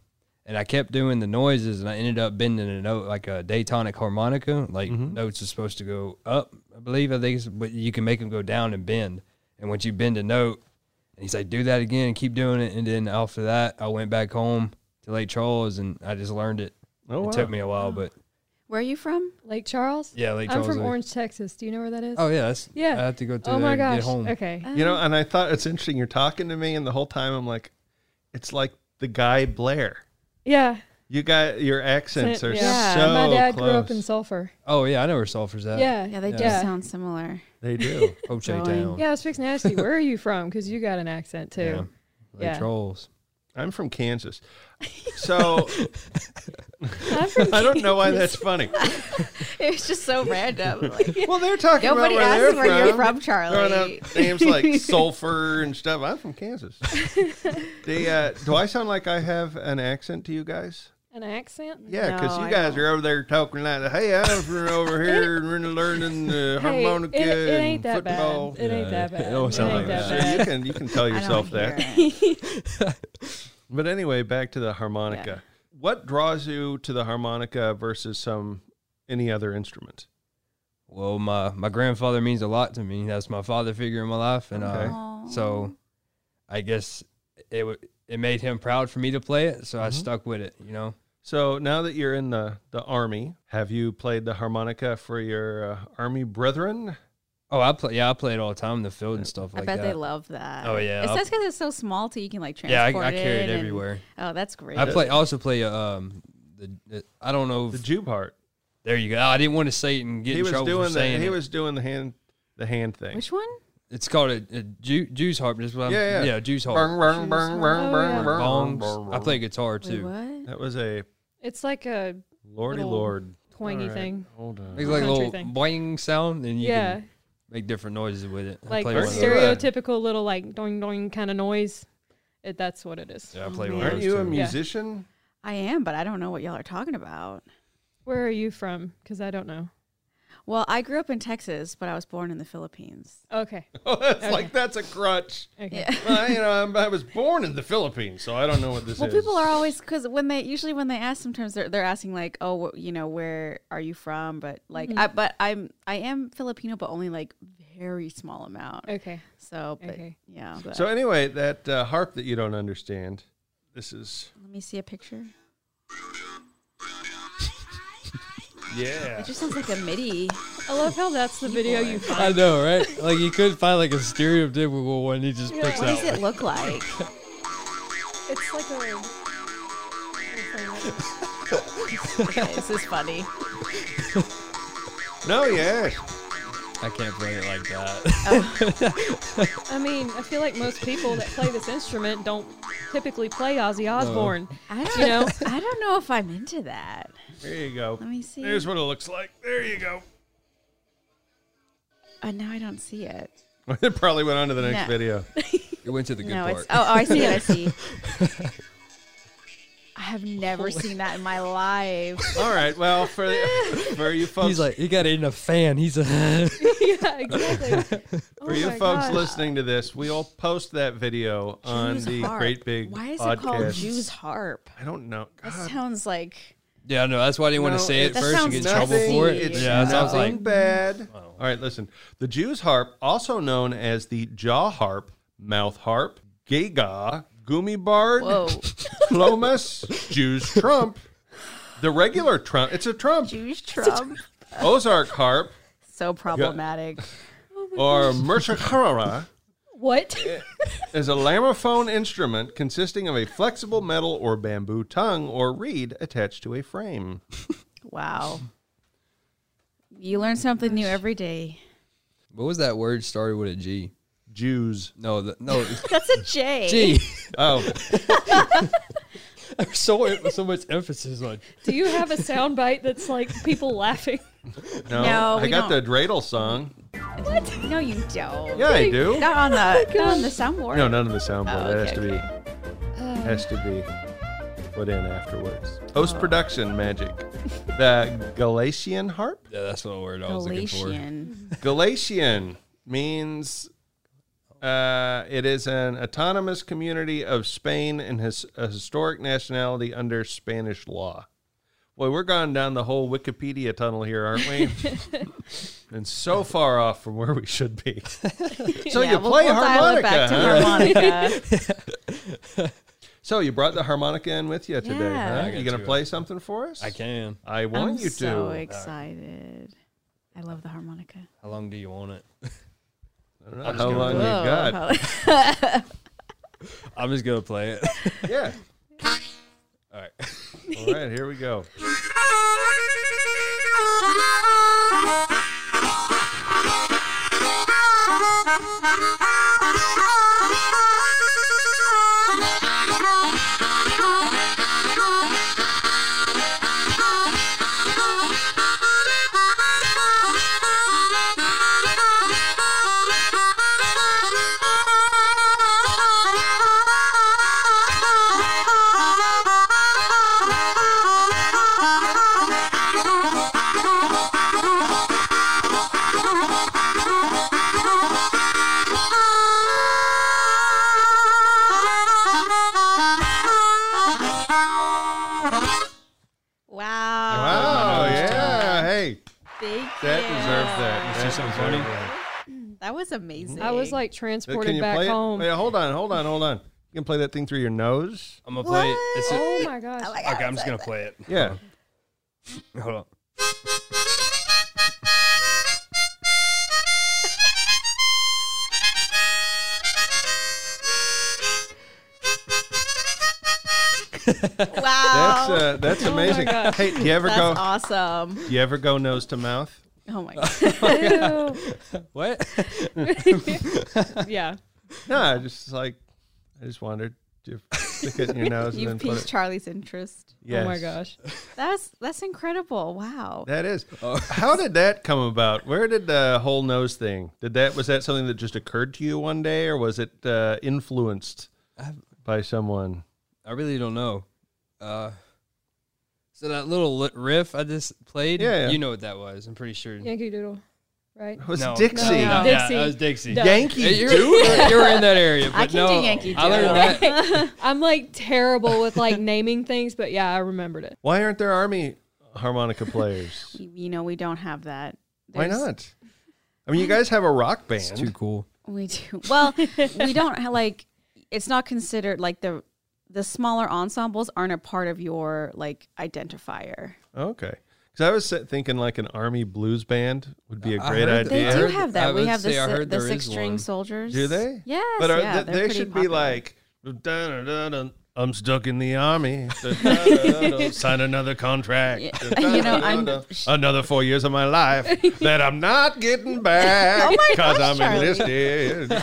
Speaker 20: and I kept doing the noises, and I ended up bending a note like a Daytonic harmonica. Like
Speaker 4: Mm-hmm.
Speaker 20: notes are supposed to go up, I believe. I think, it's, but you can make them go down and bend. And once you bend a note, and he's like, "Do that again, and keep doing it." And then after that, I went back home to Lake Charles, and I just learned it.
Speaker 4: Oh,
Speaker 20: it
Speaker 4: wow.
Speaker 20: took me a while, but
Speaker 3: Where are you from?
Speaker 8: Lake Charles.
Speaker 20: Yeah, Lake
Speaker 8: I'm
Speaker 20: Charles,
Speaker 8: from
Speaker 20: Lake-
Speaker 8: Orange, Texas. Do you know where that is?
Speaker 20: Oh, yeah, that's-
Speaker 8: yeah.
Speaker 20: I have to go to
Speaker 8: Oh my
Speaker 20: there
Speaker 8: gosh.
Speaker 20: and get home.
Speaker 8: Okay.
Speaker 4: You know, and I thought it's interesting. You're talking to me, and the whole time I'm like, it's like the guy Blair.
Speaker 8: Yeah.
Speaker 4: You got your accents are
Speaker 8: yeah.
Speaker 4: so
Speaker 8: my dad
Speaker 4: close.
Speaker 8: grew up in Sulphur.
Speaker 20: oh yeah, I know where Sulphur's at.
Speaker 8: Yeah.
Speaker 3: Yeah, they do
Speaker 8: Yeah.
Speaker 3: sound similar.
Speaker 4: They do.
Speaker 20: Poche Town.
Speaker 8: Yeah, I was fixing to ask you, where are you from? Because you got an accent too.
Speaker 4: Yeah.
Speaker 20: Lake Charles.
Speaker 4: I'm from Kansas, so
Speaker 3: I'm from
Speaker 4: I don't know why
Speaker 3: Kansas.
Speaker 4: that's funny.
Speaker 3: It was just so random. Like,
Speaker 4: well, they're talking
Speaker 3: Nobody
Speaker 4: about where
Speaker 3: asked where
Speaker 4: they're
Speaker 3: you're
Speaker 4: from.
Speaker 3: from, Charlie.
Speaker 4: Throwing out names like sulfur and stuff. I'm from Kansas. the, uh, do I sound like I have an accent to you guys?
Speaker 8: An accent?
Speaker 4: Yeah, because you guys are over there talking like, "Hey, I'm from over here and we're learning the
Speaker 8: Hey,
Speaker 4: harmonica
Speaker 8: it- it ain't
Speaker 4: and
Speaker 8: that bad.
Speaker 4: football."
Speaker 8: It ain't that bad.
Speaker 20: it always
Speaker 8: It
Speaker 20: sound
Speaker 8: ain't
Speaker 20: like
Speaker 8: that
Speaker 4: So
Speaker 8: bad.
Speaker 4: you can you can tell
Speaker 8: I don't
Speaker 4: yourself
Speaker 8: hear
Speaker 4: that. but anyway, back to the harmonica. What draws you to the harmonica versus some any other instrument?
Speaker 20: Well, my my grandfather means a lot to me. That's my father figure in my life, and
Speaker 4: Okay.
Speaker 20: uh, so I guess it wa it made him proud for me to play it. So I
Speaker 4: Mhm.
Speaker 20: stuck with it. You know,
Speaker 4: So now that you're in the the army, have you played the harmonica for your uh, army brethren?
Speaker 20: Oh, I play. Yeah, I play it all the time in the field and stuff
Speaker 3: I bet they love that.
Speaker 20: Oh, yeah,
Speaker 3: It's
Speaker 20: I'll-
Speaker 3: that's because it's so small too. You can like
Speaker 20: yeah, I,
Speaker 3: transport
Speaker 20: I carry it
Speaker 3: and-
Speaker 20: everywhere.
Speaker 3: oh, that's great.
Speaker 20: I play. I also play uh, um the, the I don't know the
Speaker 4: jube part.
Speaker 20: There you go. I didn't want to say it and get
Speaker 4: he
Speaker 20: in
Speaker 4: was
Speaker 20: trouble
Speaker 4: doing
Speaker 20: for
Speaker 4: the
Speaker 20: saying
Speaker 4: he
Speaker 20: it.
Speaker 4: was doing the hand the hand thing.
Speaker 3: Which one?
Speaker 20: It's called a, a ju- Jew's harp. That's what I'm,
Speaker 4: Yeah, yeah.
Speaker 20: yeah, Jew's harp.
Speaker 4: Brung, brung, brung, brung, brung, brung, brung,
Speaker 20: Bongs. I play guitar
Speaker 8: Wait,
Speaker 20: too.
Speaker 8: what?
Speaker 4: That was a
Speaker 8: It's like a
Speaker 4: Lordy
Speaker 8: little
Speaker 4: Lord.
Speaker 8: twangy
Speaker 4: All right,
Speaker 8: thing.
Speaker 4: Hold on.
Speaker 20: Makes like a
Speaker 8: Country
Speaker 20: little
Speaker 8: thing.
Speaker 20: boing sound, and you
Speaker 8: Yeah.
Speaker 20: can make different noises with it. I
Speaker 8: like
Speaker 20: play
Speaker 8: the
Speaker 20: one of those.
Speaker 8: stereotypical little like doing doing kind of noise. It, that's what it is.
Speaker 20: Yeah, I
Speaker 4: play
Speaker 20: one
Speaker 4: Aren't
Speaker 20: of those
Speaker 4: you a
Speaker 20: too.
Speaker 4: musician?
Speaker 3: I am, but I don't know what y'all are talking about.
Speaker 8: Where are you from? Because I don't know.
Speaker 3: Well, I grew up in Texas, but I was born in the Philippines.
Speaker 8: Okay.
Speaker 4: Oh, that's like that's a crutch.
Speaker 3: Okay.
Speaker 4: Well, you know, I'm, I was born in the Philippines, so I don't know what this
Speaker 3: Well,
Speaker 4: is.
Speaker 3: people are always because when they usually when they ask sometimes they're they're asking like oh wh- you know where are you from but like
Speaker 8: Mhm.
Speaker 3: I but I'm I am Filipino but only like very small amount
Speaker 8: Okay.
Speaker 3: so but
Speaker 8: Okay.
Speaker 3: yeah but.
Speaker 4: So anyway, that uh, harp that you don't understand. This is
Speaker 3: let me see a picture
Speaker 4: yeah.
Speaker 3: it just sounds like a MIDI
Speaker 8: I love how that's the video you
Speaker 20: I
Speaker 8: find.
Speaker 20: know, right? Like you could find like a stereotypical one. He just
Speaker 8: Yeah.
Speaker 20: picks
Speaker 3: what
Speaker 20: out.
Speaker 3: does it look like
Speaker 8: It's like a.
Speaker 3: okay, this is funny
Speaker 4: No, yes.
Speaker 20: I can't play it like that.
Speaker 8: I mean, I feel like most people that play this instrument don't typically play Ozzy Osbourne.
Speaker 3: I don't
Speaker 8: You know?
Speaker 3: I don't know if I'm into that
Speaker 4: There you go.
Speaker 3: Let me see.
Speaker 4: Here's what it looks like. There you go.
Speaker 3: uh, now I don't see it
Speaker 4: it probably went on to the next
Speaker 3: No.
Speaker 4: video.
Speaker 20: It went to the good
Speaker 3: no
Speaker 20: part.
Speaker 3: it's oh, oh I see it I see I have never seen that in my life
Speaker 4: All right. Well, for for you folks,
Speaker 20: he's like he got it in a fan. He's a.
Speaker 8: yeah, exactly.
Speaker 3: Oh
Speaker 4: for you folks listening to this, we'll post that video on
Speaker 3: Jew's
Speaker 4: the
Speaker 3: harp.
Speaker 4: Great Big
Speaker 3: Why is it called
Speaker 4: Podcast.
Speaker 3: Jew's harp?
Speaker 4: I don't know.
Speaker 3: That sounds like
Speaker 20: Yeah, I know. That's why I didn't want
Speaker 4: No,
Speaker 20: to say it
Speaker 4: it's-
Speaker 20: first and
Speaker 4: That
Speaker 20: get in
Speaker 4: sounds
Speaker 20: trouble for
Speaker 4: nothing.
Speaker 20: it.
Speaker 4: It's
Speaker 20: yeah, so I was
Speaker 4: nothing
Speaker 20: like,
Speaker 4: bad. All right, listen. The Jew's harp, also known as the jaw harp, mouth harp, gaga, gummy bard,
Speaker 3: Whoa.
Speaker 4: plomas, Jew's trump, the regular trump. It's a trump.
Speaker 3: Jew's trump.
Speaker 4: Ozark harp
Speaker 3: so problematic.
Speaker 4: or Mershakara
Speaker 8: Oh What?
Speaker 4: is a lamophone instrument consisting of a flexible metal or bamboo tongue or reed attached to a frame.
Speaker 3: Wow. You learn something new every day.
Speaker 20: what was that word started with a G?
Speaker 4: Jews.
Speaker 20: No, the, no.
Speaker 3: That's a J.
Speaker 20: G.
Speaker 4: Oh.
Speaker 20: so so much emphasis on.
Speaker 8: Do you have a sound bite that's like people laughing?
Speaker 4: No,
Speaker 3: No,
Speaker 4: I
Speaker 3: we
Speaker 4: got the dreidel song.
Speaker 3: What? No, you don't.
Speaker 4: Yeah, I do.
Speaker 3: Not
Speaker 8: Oh
Speaker 3: on the not on the soundboard.
Speaker 4: Oh No, none of the soundboard.
Speaker 3: Oh,
Speaker 4: that has
Speaker 3: okay,
Speaker 4: to be
Speaker 3: Uh,
Speaker 4: has to be put in afterwards. Post production
Speaker 3: Oh.
Speaker 4: magic. The Galatian harp.
Speaker 20: Yeah, that's what word I was looking
Speaker 3: Galatian.
Speaker 20: for.
Speaker 4: Galatian means uh, it is an autonomous community of Spain and his, a historic nationality under Spanish law. Boy, we're gone down the whole Wikipedia tunnel here, aren't we? and so far off from where we should be. So
Speaker 3: Yeah,
Speaker 4: you
Speaker 3: we'll-
Speaker 4: play
Speaker 3: we'll dial
Speaker 4: harmonica.
Speaker 3: it back to
Speaker 4: huh? so you brought the harmonica in with you today,
Speaker 3: Yeah.
Speaker 4: huh?
Speaker 20: I got
Speaker 4: You gonna
Speaker 20: two.
Speaker 4: play something for us?
Speaker 20: I can.
Speaker 4: I want
Speaker 3: I'm
Speaker 4: you to.
Speaker 3: so excited. I love the harmonica.
Speaker 20: How long do you want it?
Speaker 4: I don't know. How long you got?
Speaker 3: got?
Speaker 20: I'm just gonna play it.
Speaker 4: yeah.
Speaker 20: All right.
Speaker 4: All right, here we go.
Speaker 3: Wow.
Speaker 4: Wow, yeah. Hey,
Speaker 3: Ah. Thank
Speaker 4: that
Speaker 3: you.
Speaker 4: deserves that.
Speaker 20: You see
Speaker 4: That
Speaker 20: something
Speaker 4: deserved
Speaker 20: funny?
Speaker 4: that.
Speaker 3: That was amazing.
Speaker 8: I was like
Speaker 4: Uh, can
Speaker 8: transported
Speaker 4: you
Speaker 8: back
Speaker 4: play it?
Speaker 8: home.
Speaker 4: Wait, hold on, hold on, hold on. You can play that thing through your nose.
Speaker 20: I'm gonna play it. It's a-
Speaker 8: Oh my gosh.
Speaker 20: okay, I'm just gonna play it.
Speaker 4: Yeah.
Speaker 20: Hold on.
Speaker 4: That's
Speaker 3: wow.
Speaker 4: uh, that's
Speaker 3: Oh my
Speaker 4: amazing.
Speaker 3: gosh.
Speaker 4: hey, do you ever
Speaker 3: That's
Speaker 4: go?
Speaker 3: awesome.
Speaker 4: Do you ever go nose to mouth?
Speaker 3: Oh my Oh god.
Speaker 20: What?
Speaker 8: yeah.
Speaker 4: No, I just like I just wondered. Do you stick it in your nose
Speaker 3: You've
Speaker 4: and then put
Speaker 3: piqued
Speaker 4: it?
Speaker 3: Charlie's interest.
Speaker 4: Yes.
Speaker 8: Oh my gosh.
Speaker 3: That's that's incredible. Wow.
Speaker 4: That is.
Speaker 20: Oh.
Speaker 4: How did that come about? Where did the whole nose thing? Did that was that something that just occurred to you one day, or was it uh, influenced by someone?
Speaker 20: I really don't know. Uh, So that little li- riff I just played,
Speaker 4: Yeah, yeah.
Speaker 20: you know what that was. I'm pretty sure.
Speaker 8: Yankee Doodle, right?
Speaker 4: It was
Speaker 20: No.
Speaker 4: Dixie.
Speaker 20: No, no, yeah,
Speaker 8: Dixie.
Speaker 20: that was Dixie.
Speaker 8: Duh.
Speaker 4: Yankee
Speaker 20: you
Speaker 4: Doodle?
Speaker 20: were, you were in that area. But
Speaker 3: I can
Speaker 20: no,
Speaker 3: do Yankee
Speaker 20: I learned that.
Speaker 8: I'm like terrible with like naming things, but yeah, I remembered it.
Speaker 4: Why aren't there army harmonica players?
Speaker 3: You know, we don't have that.
Speaker 4: Why
Speaker 3: There's-
Speaker 4: not? I mean, you guys have a rock band.
Speaker 20: too cool.
Speaker 3: We do. Well, we don't ha- like it's not considered like the the smaller ensembles aren't a part of your like identifier.
Speaker 4: Okay. Because I was sit- thinking like an army blues band would be a
Speaker 20: I
Speaker 4: great
Speaker 20: heard-
Speaker 4: idea.
Speaker 20: They do I heard-
Speaker 3: have that.
Speaker 20: I
Speaker 3: we
Speaker 20: would
Speaker 3: have the,
Speaker 20: say I
Speaker 3: si-
Speaker 20: heard
Speaker 3: the
Speaker 20: there is
Speaker 3: six string
Speaker 20: one.
Speaker 3: soldiers.
Speaker 4: Do they?
Speaker 3: Yes.
Speaker 4: But are,
Speaker 3: yeah,
Speaker 4: they,
Speaker 3: they're
Speaker 4: they
Speaker 3: pretty
Speaker 4: should be
Speaker 3: popular.
Speaker 4: like, "Dun-dun-dun-dun, I'm stuck in the army. Dun-dun-dun-dun, Sign another contract.
Speaker 3: You know, I'm-
Speaker 4: Dun-dun-dun-dun, another four years of my life that I'm not getting back
Speaker 3: Oh my
Speaker 4: because
Speaker 3: gosh,
Speaker 4: I'm
Speaker 3: Charlie.
Speaker 4: enlisted.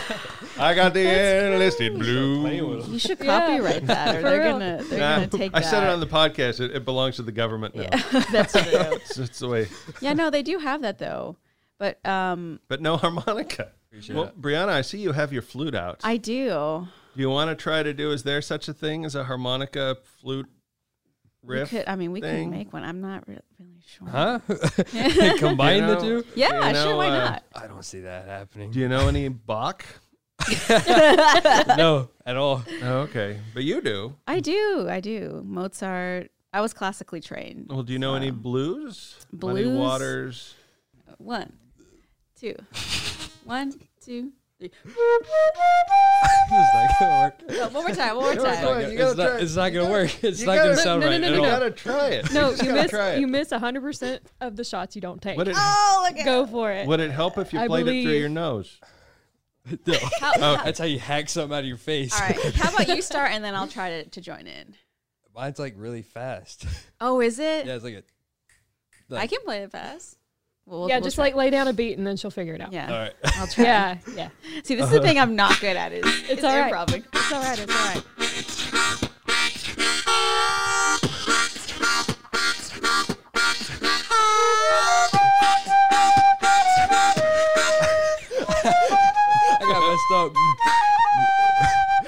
Speaker 4: I got the enlisted blues.
Speaker 3: You should
Speaker 8: Yeah.
Speaker 3: copyright that, or
Speaker 8: For
Speaker 3: they're
Speaker 8: real.
Speaker 3: gonna they're
Speaker 4: Nah,
Speaker 3: gonna take
Speaker 4: I
Speaker 3: that.
Speaker 4: said it on the podcast. It, it belongs to the government now.
Speaker 3: That's what it
Speaker 4: It's- it's the way.
Speaker 3: is. Yeah, no, they do have that though. But um,
Speaker 4: But no harmonica. Well, Brianna, I see you have your flute out.
Speaker 3: I do.
Speaker 4: Do you want to try to do? Is there such a thing as a harmonica flute
Speaker 3: We
Speaker 4: riff?
Speaker 3: could- I mean, we
Speaker 4: thing?
Speaker 3: could make one. I'm not re- really sure.
Speaker 20: Huh? Combine
Speaker 4: You know-
Speaker 20: the two?
Speaker 3: Yeah,
Speaker 4: you
Speaker 3: sure. Why
Speaker 4: know, uh,
Speaker 3: not?
Speaker 20: I don't see that happening.
Speaker 4: Do you know any Bach?
Speaker 20: no, at all.
Speaker 4: Okay, but you do.
Speaker 3: I do. I do. Mozart. I was classically trained.
Speaker 4: Well, do you know any blues? Muddy
Speaker 3: Blues?
Speaker 4: Waters.
Speaker 3: One, two, one, two, three. No, one more time. One
Speaker 20: No,
Speaker 3: more
Speaker 20: it's not
Speaker 3: time.
Speaker 20: gonna- it's not- it's not gonna work. It's not gonna sound
Speaker 8: no,
Speaker 20: right.
Speaker 8: no,
Speaker 20: at
Speaker 8: no,
Speaker 20: all.
Speaker 8: no.
Speaker 4: try it.
Speaker 8: No,
Speaker 4: just
Speaker 8: you
Speaker 4: gotta
Speaker 8: miss
Speaker 4: try it.
Speaker 8: you miss 100 percent of the shots you don't take.
Speaker 4: What it-
Speaker 8: oh, go for it.
Speaker 4: Would it help if you
Speaker 8: I
Speaker 4: played it through
Speaker 8: believe-
Speaker 4: your nose?
Speaker 20: No. Oh,
Speaker 3: How-
Speaker 20: That's how you hack something out of your face.
Speaker 3: All right. How about you start and then I'll try to, to join in.
Speaker 20: Mine's like really fast.
Speaker 3: Oh, is it?
Speaker 20: Yeah, it's like a.
Speaker 3: I can play it fast. Well, we'll-
Speaker 8: yeah,
Speaker 3: we'll
Speaker 8: just
Speaker 3: try.
Speaker 8: like lay down a beat and then she'll figure it out.
Speaker 3: Yeah.
Speaker 20: All right.
Speaker 3: I'll try.
Speaker 8: Yeah, yeah.
Speaker 3: See, this is the thing I'm not good at is it's,
Speaker 8: all right.
Speaker 3: improv.
Speaker 8: It's all right. It's all right.
Speaker 20: I got messed up.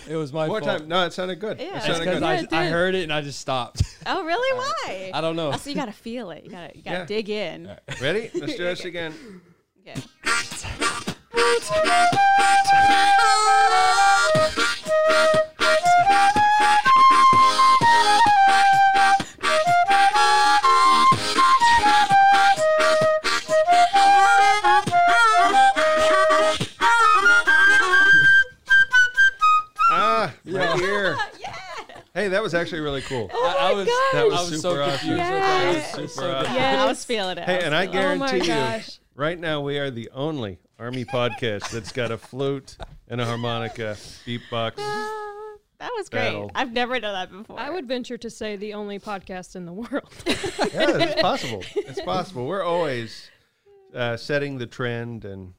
Speaker 20: It was my
Speaker 4: More
Speaker 20: fault.
Speaker 4: time. No, it sounded good.
Speaker 3: Yeah.
Speaker 4: It
Speaker 20: It's
Speaker 4: sounded
Speaker 20: because
Speaker 4: good.
Speaker 20: I, I heard it and I just stopped.
Speaker 3: Oh, really? Why?
Speaker 20: I don't know.
Speaker 3: Oh, so you gotta feel it. You gotta you gotta
Speaker 20: Yeah.
Speaker 3: dig in.
Speaker 4: Ready? Let's do this again.
Speaker 3: Okay.
Speaker 4: Ah, right here. Hey, that was actually really cool.
Speaker 20: I, I was,
Speaker 4: That
Speaker 20: I
Speaker 4: was
Speaker 20: was
Speaker 4: super
Speaker 20: so
Speaker 4: awesome.
Speaker 20: confused.
Speaker 4: That
Speaker 20: Yes.
Speaker 4: was
Speaker 20: So
Speaker 4: super awesome.
Speaker 3: Yeah, I was feeling it.
Speaker 4: Hey, and I
Speaker 3: feeling it.
Speaker 4: guarantee you, right now we are the only Army podcast that's got a flute and a harmonica beatbox.
Speaker 3: That was great.
Speaker 4: Battle.
Speaker 3: I've never done that before.
Speaker 8: I would venture to say the only podcast in the world.
Speaker 4: Yeah, it's possible. It's possible. We're always uh, setting the trend and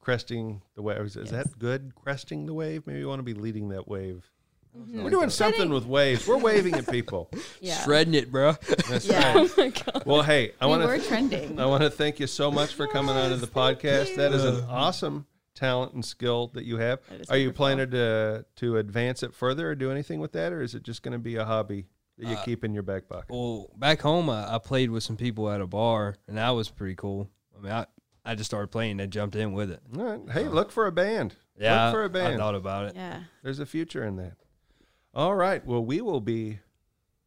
Speaker 4: cresting the wave. Is, is that good? Cresting the wave? Maybe we want to be leading that wave.
Speaker 3: Mhm.
Speaker 4: We're doing something with waves. We're waving at people.
Speaker 3: Yeah.
Speaker 20: Shredding it, bro.
Speaker 4: That's
Speaker 3: Yeah.
Speaker 4: right.
Speaker 3: Oh my God.
Speaker 4: Well, hey, I
Speaker 3: We
Speaker 4: want to
Speaker 3: were trending.
Speaker 4: I want to thank you so much for coming onto the podcast. That is an awesome talent and skill that you have.
Speaker 3: That is
Speaker 4: Are you
Speaker 3: wonderful.
Speaker 4: planning to to advance it further or do anything with that, or is it just going to be a hobby that you
Speaker 20: Uh,
Speaker 4: keep in your back pocket?
Speaker 20: Well, back home, I, I played with some people at a bar, and that was pretty cool. I mean, I, I just started playing and jumped in with it.
Speaker 4: All right. Hey, look for a band.
Speaker 20: Yeah,
Speaker 4: Look for
Speaker 20: I- I
Speaker 4: a band.
Speaker 20: thought about it.
Speaker 3: Yeah.
Speaker 4: There's a future in that. All right. Well, we will be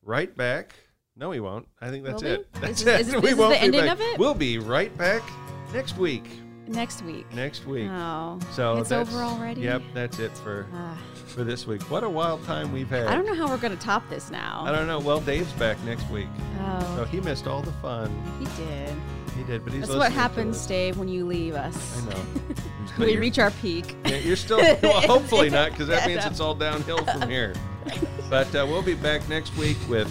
Speaker 4: right back. No, we won't. I think that's
Speaker 3: Will we?
Speaker 4: it.
Speaker 3: Is
Speaker 4: That's
Speaker 3: this-
Speaker 4: it.
Speaker 3: is this-
Speaker 4: we
Speaker 3: is this
Speaker 4: won't
Speaker 3: the
Speaker 4: be
Speaker 3: ending
Speaker 4: back.
Speaker 3: of it?
Speaker 4: We'll be right back next week.
Speaker 3: Next week.
Speaker 4: Next week.
Speaker 3: Oh,
Speaker 4: So
Speaker 3: it's
Speaker 4: that's,
Speaker 3: over already?
Speaker 4: Yep, that's it for
Speaker 3: Ah.
Speaker 4: for this week. What a wild time we've had.
Speaker 3: I don't know how we're gonna top this now.
Speaker 4: I don't know. Well, Dave's back next week,
Speaker 3: Oh.
Speaker 4: so he missed all the fun.
Speaker 3: He did.
Speaker 4: He did, but he's
Speaker 3: That's
Speaker 4: listening
Speaker 3: what
Speaker 4: to
Speaker 3: happens,
Speaker 4: it.
Speaker 3: Dave, when you leave us.
Speaker 4: I know. But
Speaker 3: we
Speaker 4: you're-
Speaker 3: reach our peak.
Speaker 4: Yeah, you're still well, hopefully not, because that
Speaker 3: Yeah,
Speaker 4: means
Speaker 3: no.
Speaker 4: it's all downhill from here. But uh, we'll be back next week with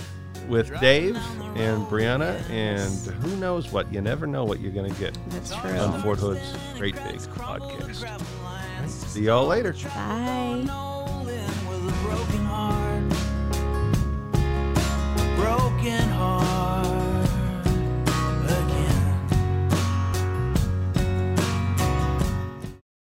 Speaker 4: with Dave and Brianna, and who knows what? You never know what you're going to get.
Speaker 3: That's true.
Speaker 4: On Fort Hood's Great Big Podcast. All right, See y'all later.
Speaker 3: Bye.